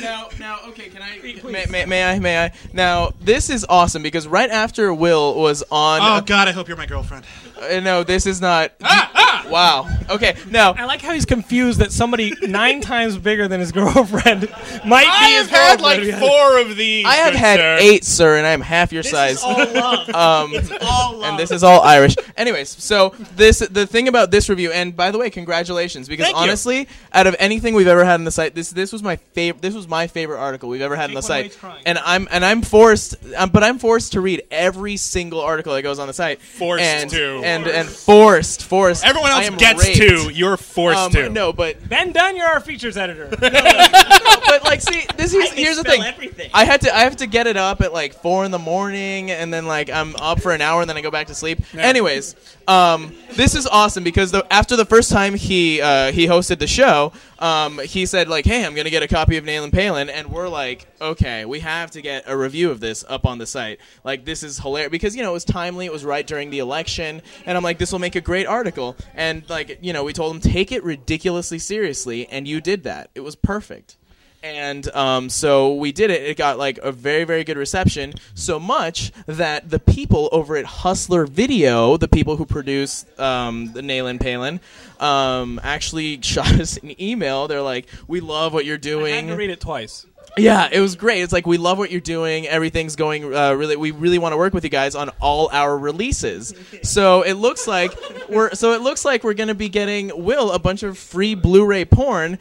Speaker 6: now, now, okay, can I?
Speaker 2: May, may, may I? May I? Now this is awesome because right after Will was on.
Speaker 8: Oh God, I hope you're my girlfriend.
Speaker 2: Uh, no, this is not.
Speaker 1: Ah,
Speaker 2: Wow. Okay. Now
Speaker 1: I like how he's confused that somebody nine times bigger than his girlfriend might
Speaker 14: I
Speaker 1: be his
Speaker 14: have had,
Speaker 1: girlfriend.
Speaker 14: like, four of these,
Speaker 2: I have
Speaker 14: good
Speaker 2: had
Speaker 14: sir.
Speaker 2: eight, sir, and I am half your size.
Speaker 14: all love.
Speaker 2: um,
Speaker 14: It's all
Speaker 2: And this is all Irish. Anyways, so this the thing about this review, and by the way, congratulations because
Speaker 14: Thank you.
Speaker 2: honestly, out of anything we've ever had on the site, this this was my favorite. This was my favorite article we've ever had on the site. And I'm and I'm forced, um, but I'm forced to read every single article that goes on the site.
Speaker 8: Forced
Speaker 2: and,
Speaker 8: to.
Speaker 2: and and forced, forced.
Speaker 8: Everyone else
Speaker 2: I am
Speaker 8: gets
Speaker 2: raped.
Speaker 8: to. You're forced
Speaker 2: Um,
Speaker 8: to.
Speaker 2: No, but
Speaker 1: Ben Dunn, you're our features editor.
Speaker 2: but like, see, this is,
Speaker 1: I
Speaker 2: here's
Speaker 1: misspell
Speaker 2: the thing.
Speaker 1: everything.
Speaker 2: I had to I have to get it up at like four in the morning, and then like I'm up for an hour, and then I go back to sleep. Anyways, um, this is awesome because the, after the first time he uh, he hosted the show, um, he said like, "Hey, I'm gonna get a copy of Nayland Palin," and we're like, "Okay, we have to get a review of this up on the site. Like, this is hilarious because you know it was timely. It was right during the election, and I'm like, this will make a great article. And like, you know, we told him take it ridiculously seriously, and you did that. It was perfect." And um, so we did it. It got like a very, very good reception. So much that the people over at Hustler Video, the people who produce um, the Nayland Palin, um, actually shot us an email. They're like, "We love what you're doing."
Speaker 1: I had to read it twice.
Speaker 2: Yeah, it was great. It's like we love what you're doing. Everything's going uh, really. We really want to work with you guys on all our releases. So it looks like we're. So it looks like we're going to be getting Will a bunch of free Blu-ray porn.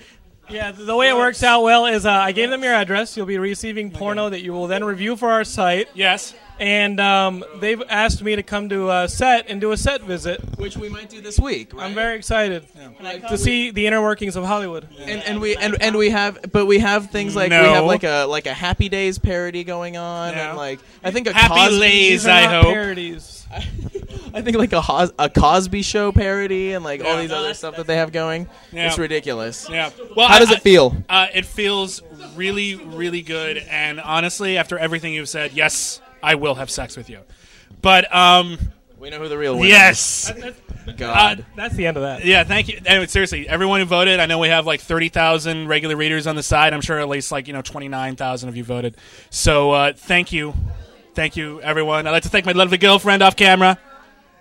Speaker 1: Yeah, th- the way it works out well is uh, I gave them your address. You'll be receiving porno that you will then review for our site.
Speaker 8: Yes.
Speaker 1: And um, they've asked me to come to a set and do a set visit,
Speaker 2: which we might do this week.
Speaker 1: I'm very excited to see the inner workings of Hollywood.
Speaker 2: And, and we and, and we have, but we have things like we
Speaker 1: No.
Speaker 2: have like a like a Happy Days parody going on, and like I think a
Speaker 1: Happy
Speaker 2: Cosby,
Speaker 1: Lays,
Speaker 2: These are
Speaker 1: I
Speaker 2: not
Speaker 1: hope.
Speaker 2: parodies. I think like a Hos- a Cosby Show parody, and like all these other stuff that they have going.
Speaker 8: Yeah.
Speaker 2: It's ridiculous.
Speaker 8: Yeah.
Speaker 2: how
Speaker 8: I-
Speaker 2: does
Speaker 8: I-
Speaker 2: it feel?
Speaker 8: Uh, it feels really, really good. And honestly, after everything you've said, yes, I will have sex with you. But um,
Speaker 2: we know who the real winner
Speaker 8: Yes. Uh,
Speaker 2: is. God.
Speaker 1: That's the end of that.
Speaker 8: Yeah. Thank you. Anyway, seriously, everyone who voted. I know we have like thirty thousand regular readers on the side. I'm sure at least like you know twenty nine thousand of you voted. So uh, thank you, thank you, everyone. I'd like to thank my lovely girlfriend off camera.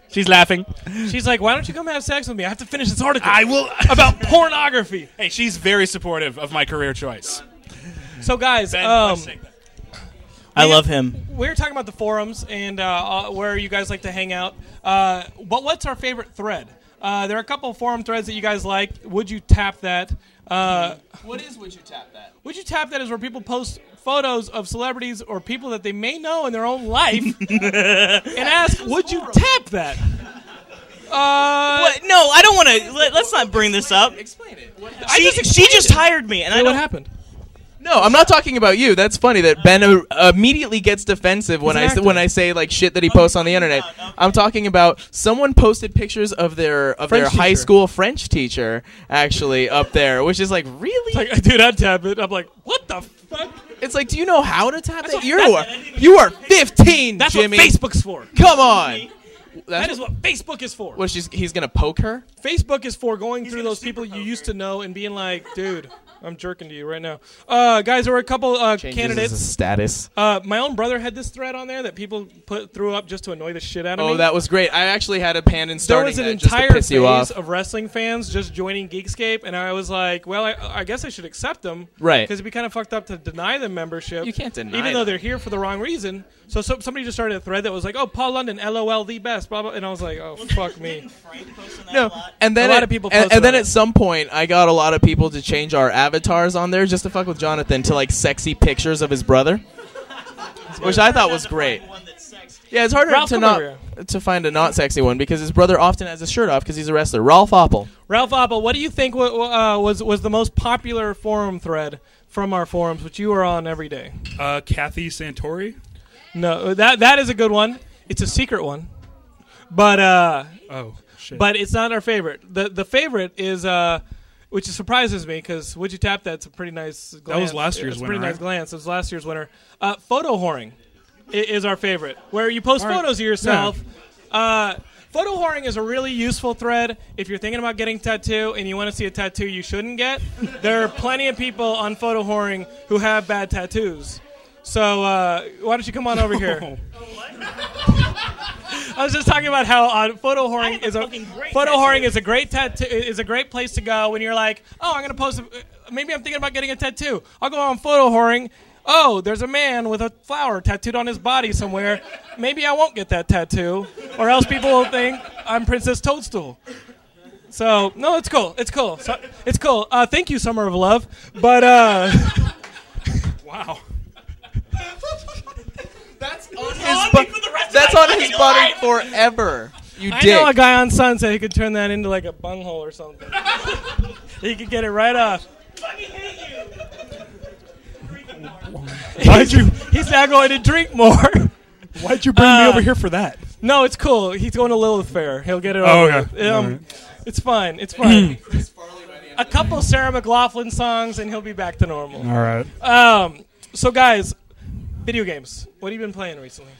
Speaker 8: She's laughing.
Speaker 1: She's like, why don't you come have sex with me? I have to finish this article.
Speaker 8: I will
Speaker 1: about pornography.
Speaker 8: Hey, she's very supportive of my career choice.
Speaker 1: So guys, um,
Speaker 3: I love him.
Speaker 1: we were talking about the forums and uh, uh, where you guys like to hang out. Uh, but what's our favorite thread? Uh, there are a couple of forum threads that you guys like. Would you tap that? Uh,
Speaker 2: What is would you tap that?
Speaker 1: Would you tap that is where people post photos of celebrities or people that they may know in their own life and ask, would you tap that? Uh,
Speaker 3: what? No, I don't want to. Let, us not bring this up. Explain
Speaker 2: it.
Speaker 3: she, she just hired me, and I
Speaker 2: Wait, what
Speaker 3: don't.
Speaker 1: happened?
Speaker 2: No, I'm not talking about you. That's funny that Ben uh, immediately gets defensive when
Speaker 1: He's
Speaker 2: I
Speaker 1: an
Speaker 2: s- when I say like shit that he posts on the internet. I'm talking about someone posted pictures of their of their
Speaker 1: French
Speaker 2: high
Speaker 1: teacher.
Speaker 2: school French teacher actually up there, which is like really
Speaker 1: It's like, dude, I tap it. I'm like, what the fuck?
Speaker 2: It's like, do you know how to tap
Speaker 1: That's
Speaker 2: it?
Speaker 1: what-
Speaker 2: You
Speaker 1: that's-
Speaker 2: are you are 15,
Speaker 1: That's
Speaker 2: Jimmy.
Speaker 1: what Facebook's for.
Speaker 2: Come on.
Speaker 1: That is what Facebook is for.
Speaker 2: What she's he's gonna poke her?
Speaker 1: Facebook is for going through those people you used to know and being like, dude, I'm jerking to you right now. Uh, guys, there were a couple uh,
Speaker 2: Changes
Speaker 1: candidates.
Speaker 2: as a status.
Speaker 1: Uh, my own brother had this thread on there that people put threw up just to annoy the shit out of me.
Speaker 2: Oh, that was great. I actually had a pan in
Speaker 1: there
Speaker 2: starting
Speaker 1: was an
Speaker 2: that
Speaker 1: entire
Speaker 2: just to piss you off.
Speaker 1: phase of wrestling fans just joining Geekscape, and I was like, "Well, I, I guess I should accept them,
Speaker 2: Right.
Speaker 1: Because it'd be kind of fucked up to deny them membership. You can't
Speaker 2: deny
Speaker 1: even though
Speaker 2: them.
Speaker 1: they're here for the wrong reason. So, so somebody just started a thread that was like, "Oh, Paul London, LOL, the best," blah blah, and I was like, "Oh, fuck me."
Speaker 2: No, and then
Speaker 1: a lot
Speaker 2: at-
Speaker 1: of people
Speaker 2: and,
Speaker 1: posted
Speaker 2: and then
Speaker 1: on
Speaker 2: at some point, I got a lot of people to change our avatars on there just to fuck with Jonathan to like sexy pictures of his brother, which I thought was great. Yeah, it's harder
Speaker 1: Ralph,
Speaker 2: to
Speaker 1: come over
Speaker 2: not to find a not sexy one because his brother often has his shirt off because he's a wrestler. Ralph Oppel.
Speaker 1: Ralph Oppel, what do you think wa- wa- uh, was was the most popular forum thread from our forums, which you are on every day?
Speaker 15: Uh, Kathy Santori.
Speaker 1: No, that that is a good one. It's a secret one, but uh,
Speaker 15: Oh, shit.
Speaker 1: but it's not our favorite. the The favorite is uh, which surprises me because would you tap that's a pretty nice. Glance.
Speaker 15: was last year's
Speaker 1: It's a
Speaker 15: winner,
Speaker 1: Pretty nice
Speaker 15: right?
Speaker 1: glance. It was last year's winner. Uh, photo whoring i- is our favorite, where you post
Speaker 15: All right.
Speaker 1: photos of yourself. Uh, photo whoring is a really useful thread if you're thinking about getting tattoo and you want to see a tattoo you shouldn't get. there are plenty of people on photo whoring who have bad tattoos. So uh, why don't you come on over here? I was just talking about how uh, photo whoring is a photo whoring is a great tattoo is a great place to go when you're like, oh, I'm gonna post. A, maybe I'm thinking about getting a tattoo. I'll go on photo whoring. Oh, there's a man with a flower tattooed on his body somewhere. Maybe I won't get that tattoo, or else people will think I'm Princess Toadstool. So no, it's cool. It's cool. So, it's cool. Uh, thank you, Summer of Love. But uh, wow.
Speaker 2: That's on his bu- That's
Speaker 1: my
Speaker 2: on his
Speaker 1: fucking
Speaker 2: body
Speaker 1: life.
Speaker 2: forever. You
Speaker 1: I
Speaker 2: dick.
Speaker 1: know a guy on Sunset who could turn that into like a bunghole or something. he could get it right off.
Speaker 15: Why'd you-
Speaker 1: He's now going to drink more. Uh,
Speaker 15: Why'd you bring me over here for that?
Speaker 1: No, it's cool. He's going to Lilith Fair. He'll get it.
Speaker 15: Oh,
Speaker 1: over
Speaker 15: okay. Hmm.
Speaker 1: with. Um,
Speaker 15: Alright.
Speaker 1: It's fine. It's fine. a couple Sarah McLaughlin songs, and he'll be back to normal.
Speaker 15: All right.
Speaker 1: Um. So, guys, video games. What have you been playing recently?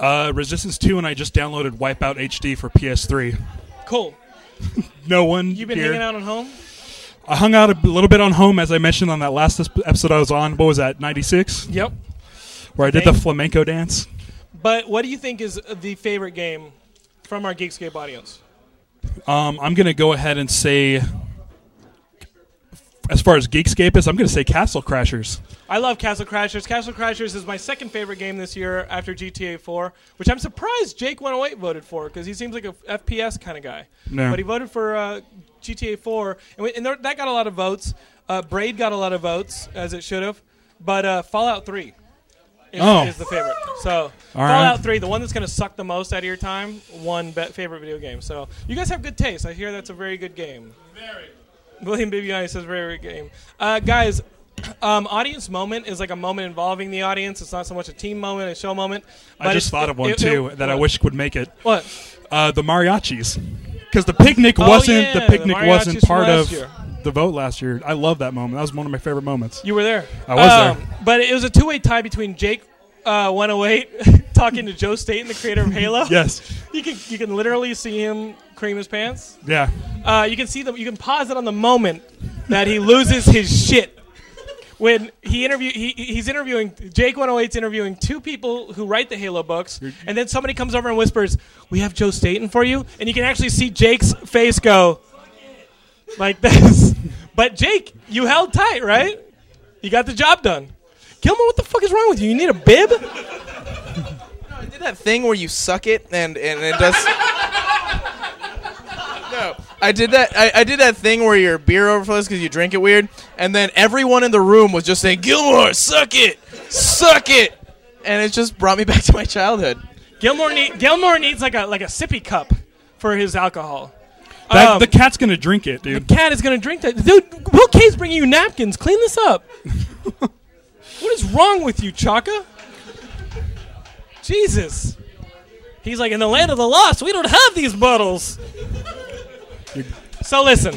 Speaker 15: Uh, Resistance 2, and I just downloaded Wipeout HD for PS3.
Speaker 1: Cool.
Speaker 15: No one.
Speaker 1: You've been
Speaker 15: here.
Speaker 1: hanging out at home.
Speaker 15: I hung out a b- little bit on home, as I mentioned on that last esp- episode I was on. What was that, 96?
Speaker 1: Yep.
Speaker 15: Where I did
Speaker 1: Thank-
Speaker 15: the flamenco dance.
Speaker 1: But what do you think is the favorite game from our Geekscape audience?
Speaker 15: Um, I'm going to go ahead and say, as far as Geekscape is, I'm going to say Castle Crashers.
Speaker 1: I love Castle Crashers. Castle Crashers is my second favorite game this year after GTA 4, which I'm surprised Jake 108 voted for because he seems like a f- FPS kind of guy.
Speaker 15: No.
Speaker 1: But he voted for uh, GTA 4, and, we, and there, that got a lot of votes. Uh, Braid got a lot of votes, as it should have. But uh, Fallout 3 is,
Speaker 15: Oh.
Speaker 1: is the favorite. So
Speaker 15: All
Speaker 1: Fallout
Speaker 15: right.
Speaker 1: 3, the one that's going to suck the most out of your time, one be- favorite video game. So you guys have good taste. I hear that's a very good game. William Bibiani says very good game. Uh, guys, um, audience moment is like a moment involving the audience. It's not so much a team moment, a show moment.
Speaker 15: I
Speaker 1: but
Speaker 15: just
Speaker 1: it's-
Speaker 15: thought of one
Speaker 1: it- it-
Speaker 15: too that I
Speaker 1: what?
Speaker 15: wish would make it.
Speaker 1: What?
Speaker 15: Uh, the mariachis, because the picnic
Speaker 1: Oh,
Speaker 15: wasn't
Speaker 1: yeah,
Speaker 15: the picnic
Speaker 1: the mariachis
Speaker 15: wasn't
Speaker 1: from
Speaker 15: part
Speaker 1: last
Speaker 15: of
Speaker 1: year.
Speaker 15: the vote last year. I love that moment. That was one of my favorite moments.
Speaker 1: You were there. Um,
Speaker 15: I was there.
Speaker 1: But it was a two way tie between Jake uh, 108 talking to Joe Staten, the creator of Halo.
Speaker 15: Yes.
Speaker 1: You can you can literally see him cream his pants.
Speaker 15: Yeah.
Speaker 1: Uh, you can see them. You can pause it on the moment that he loses his shit when he interview he, he's interviewing Jake 108's interviewing two people who write the Halo books, and then somebody comes over and whispers, "We have Joe Staten for you," and you can actually see Jake's face go like this. But Jake, you held tight, right? You got the job done. Gilmore, what the fuck is wrong with you? You need a bib?
Speaker 2: did that thing where you suck it and and it does. no, I did that. I, I did that thing where your beer overflows because you drink it weird, and then everyone in the room was just saying, "Gilmore, suck it, suck it," and it just brought me back to my childhood.
Speaker 1: Gilmore, need, Gilmore needs like a like a sippy cup for his alcohol.
Speaker 15: That,
Speaker 1: Um,
Speaker 15: the cat's gonna drink it, dude.
Speaker 1: cat is gonna drink that. Dude, Will K's bringing you napkins. Clean this up. what is wrong with you, Chaka? Jesus. He's like, in the land of the lost, we don't have these bottles. so listen,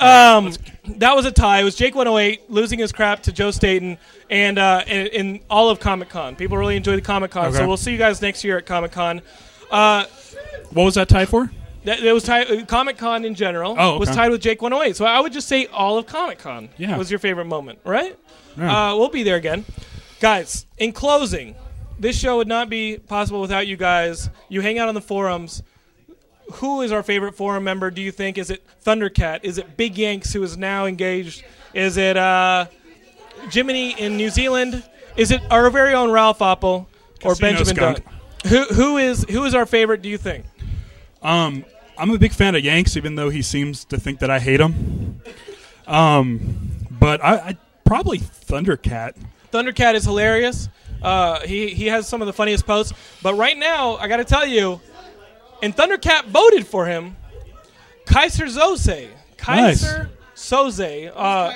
Speaker 1: um, that was a tie. It was Jake 108 losing his crap to Joe Staten and uh, in, in all of Comic Con. People really enjoyed the Comic Con,
Speaker 15: Okay.
Speaker 1: so we'll see you guys next year at Comic Con. Uh,
Speaker 15: What was that tie for?
Speaker 1: That, that was tied. Comic Con in general
Speaker 15: Oh,
Speaker 1: was
Speaker 15: okay.
Speaker 1: tied with Jake 108. So I would just say all of Comic Con
Speaker 15: Yeah.
Speaker 1: was your favorite moment, right?
Speaker 15: Yeah.
Speaker 1: Uh, we'll be there again, guys. In closing, this show would not be possible without you guys. You hang out on the forums. Who is our favorite forum member? Do you think is it Thundercat? Is it Big Yanks, who is now engaged? Is it uh, Jiminy in New Zealand? Is it our very own Ralph Oppel or
Speaker 15: Casino
Speaker 1: Benjamin
Speaker 15: skunk.
Speaker 1: Dunn? Who who is who is our favorite? Do you think?
Speaker 15: Um, I'm a big fan of Yanks, even though he seems to think that I hate him. Um, but I, I probably Thundercat.
Speaker 1: Thundercat is hilarious. Uh, he he has some of the funniest posts. But right now, I got to tell you, and Thundercat voted for him. Kaiser Soze, Kaiser Soze, uh,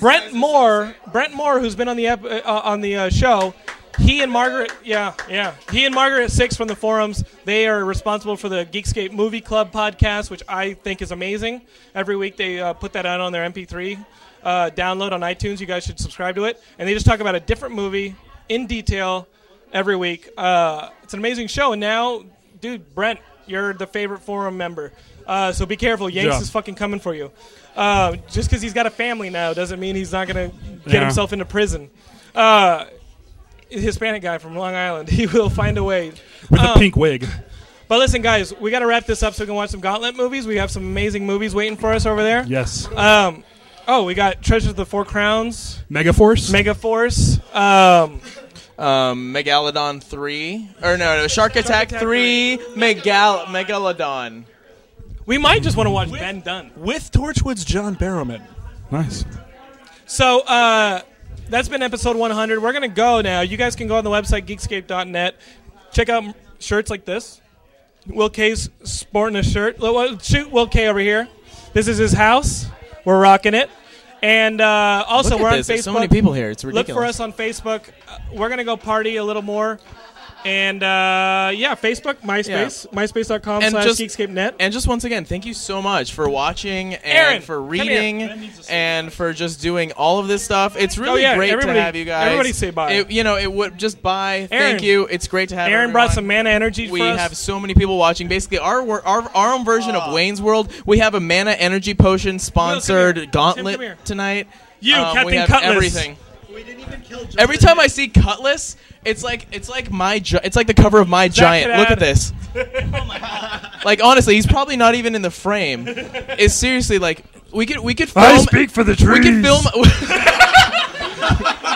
Speaker 1: Brent Moore, Brent Moore, who's been on the ep- uh, on the uh, show. He and Margaret, yeah, yeah. He and Margaret Six from the forums. They are responsible for the Geekscape Movie Club podcast, which I think is amazing. Every week they uh, put that out on their MP3 uh, download on iTunes. You guys should subscribe to it. And they just talk about a different movie in detail every week. Uh, it's an amazing show. And now, dude, Brent, you're the favorite forum member. Uh, so be careful. Yanks
Speaker 15: Yeah.
Speaker 1: is fucking coming for you. Uh, just because he's got a family now doesn't mean he's not going to get
Speaker 15: Yeah.
Speaker 1: himself into prison. Uh, Hispanic guy from Long Island. He will find a way.
Speaker 15: With a
Speaker 1: Um,
Speaker 15: pink wig.
Speaker 1: But listen, guys, we got to wrap this up so we can watch some Gauntlet movies. We have some amazing movies waiting for us over there.
Speaker 15: Yes.
Speaker 1: Um, oh, we got Treasures of the Four Crowns.
Speaker 15: Megaforce?
Speaker 1: Megaforce. Um,
Speaker 2: Um, Megalodon three or no, no Shark Attack three. Megal Megalodon.
Speaker 1: We might just want to watch Ben Dunn.
Speaker 16: With Torchwood's John Barrowman.
Speaker 15: Nice.
Speaker 1: So uh, that's been episode 100. We're going to go now. You guys can go on the website, geekscape.net. Check out m- shirts like this. Will K's sporting a shirt. Lo- well, Shoot Will K over here. This is his house. We're rocking it. And uh, also,
Speaker 2: Look at
Speaker 1: we're
Speaker 2: this.
Speaker 1: on Facebook.
Speaker 2: There's so many people here. It's
Speaker 1: Look for
Speaker 2: ridiculous.
Speaker 1: us on Facebook. Uh, we're going to go party a little more. And uh, yeah, Facebook, MySpace, myspace.com slash geekscape.net.
Speaker 2: And just once again, thank you so much for watching and
Speaker 1: Aaron,
Speaker 2: for
Speaker 1: come here.
Speaker 2: reading and for just doing all of this stuff. It's really
Speaker 1: Oh, yeah,
Speaker 2: great to
Speaker 1: everybody-
Speaker 2: have you guys.
Speaker 1: everybody say bye.
Speaker 2: It- you know, it would just bye.
Speaker 1: Aaron.
Speaker 2: thank you. It's great to have.
Speaker 1: Aaron brought
Speaker 2: everyone.
Speaker 1: some mana energy
Speaker 2: We
Speaker 1: for us.
Speaker 2: have so many people watching. Basically, our wor- our, our own version of Wayne's World. We have a mana energy potion sponsored gauntlet
Speaker 1: here.
Speaker 2: tonight.
Speaker 1: You,
Speaker 2: Um, we
Speaker 1: Captain
Speaker 2: have
Speaker 1: Cutlass.
Speaker 2: Everything. Every time I see Cutlass, it's like it's like my gi- it's like the cover of my giant. Look at this. Like honestly, he's probably not even in the frame. It's seriously like we could we could film.
Speaker 16: I speak for the
Speaker 2: We could
Speaker 16: trees.
Speaker 2: film.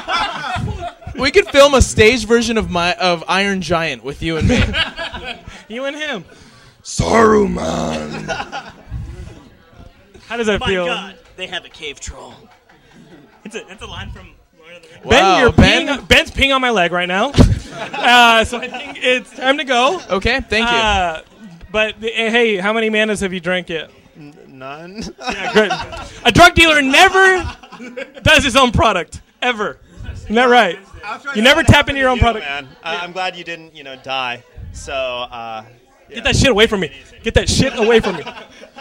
Speaker 2: we could film a stage version of my of Iron Giant with you and me.
Speaker 1: you and him.
Speaker 2: Saruman.
Speaker 1: How does that
Speaker 3: My
Speaker 1: feel?
Speaker 3: God, they have a cave troll. It's a, that's a line from Lord of the Rings.
Speaker 1: Ben, you're peeing- Ben's peeing on my leg right now. uh, so I think it's time to go.
Speaker 2: Okay, thank you.
Speaker 1: Uh, but eh, hey, how many manas have you drank yet?
Speaker 16: None.
Speaker 1: Yeah, great. A drug dealer never does his own product ever. Isn't that right? You never tap into your own product.
Speaker 16: Man, I, Uh, I'm glad you didn't, you know, die. So, uh,
Speaker 1: Get that shit away from me. Get that shit away from me.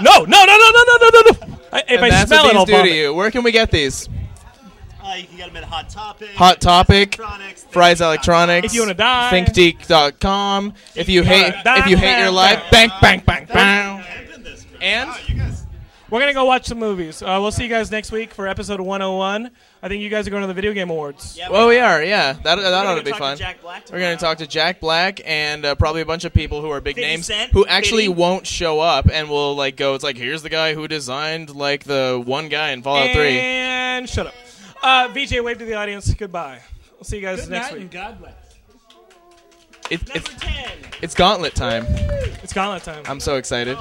Speaker 1: No, no, no, no, no, no, no, no, no. I, if
Speaker 2: and
Speaker 1: I
Speaker 2: that's
Speaker 1: smell
Speaker 2: what
Speaker 1: it,
Speaker 2: these
Speaker 1: I'll
Speaker 2: do
Speaker 1: vomit.
Speaker 2: to you. Where can we get these?
Speaker 16: uh, you can get them at Hot Topic.
Speaker 2: Hot Topic, Fry's Electronics.
Speaker 16: If you wanna die.
Speaker 2: thinkdeek.com. If you hate,
Speaker 1: Bang,
Speaker 2: if you hate your
Speaker 1: bang,
Speaker 2: life, bang, bang, bang, bang.
Speaker 1: And we're gonna go watch some movies. Uh, we'll see you guys next week for episode 101. I think you guys are going to the video game awards.
Speaker 2: Well, we are, yeah. That that ought to be
Speaker 1: talk to
Speaker 2: fun.
Speaker 1: Jack Black
Speaker 2: We're going to talk to Jack Black and uh, probably a bunch of people who are big
Speaker 1: 50
Speaker 2: names
Speaker 1: Cent,
Speaker 2: who actually
Speaker 1: 50.
Speaker 2: won't show up and will like go. It's like here's the guy who designed like the one guy in Fallout Three.
Speaker 1: And shut up. Uh, VJ, wave to the audience. Goodbye. We'll see you guys
Speaker 7: Good
Speaker 1: next
Speaker 7: night
Speaker 1: week.
Speaker 7: and God bless.
Speaker 2: It, it's it's Gauntlet time.
Speaker 1: It's Gauntlet time. Oh.
Speaker 2: I'm so excited.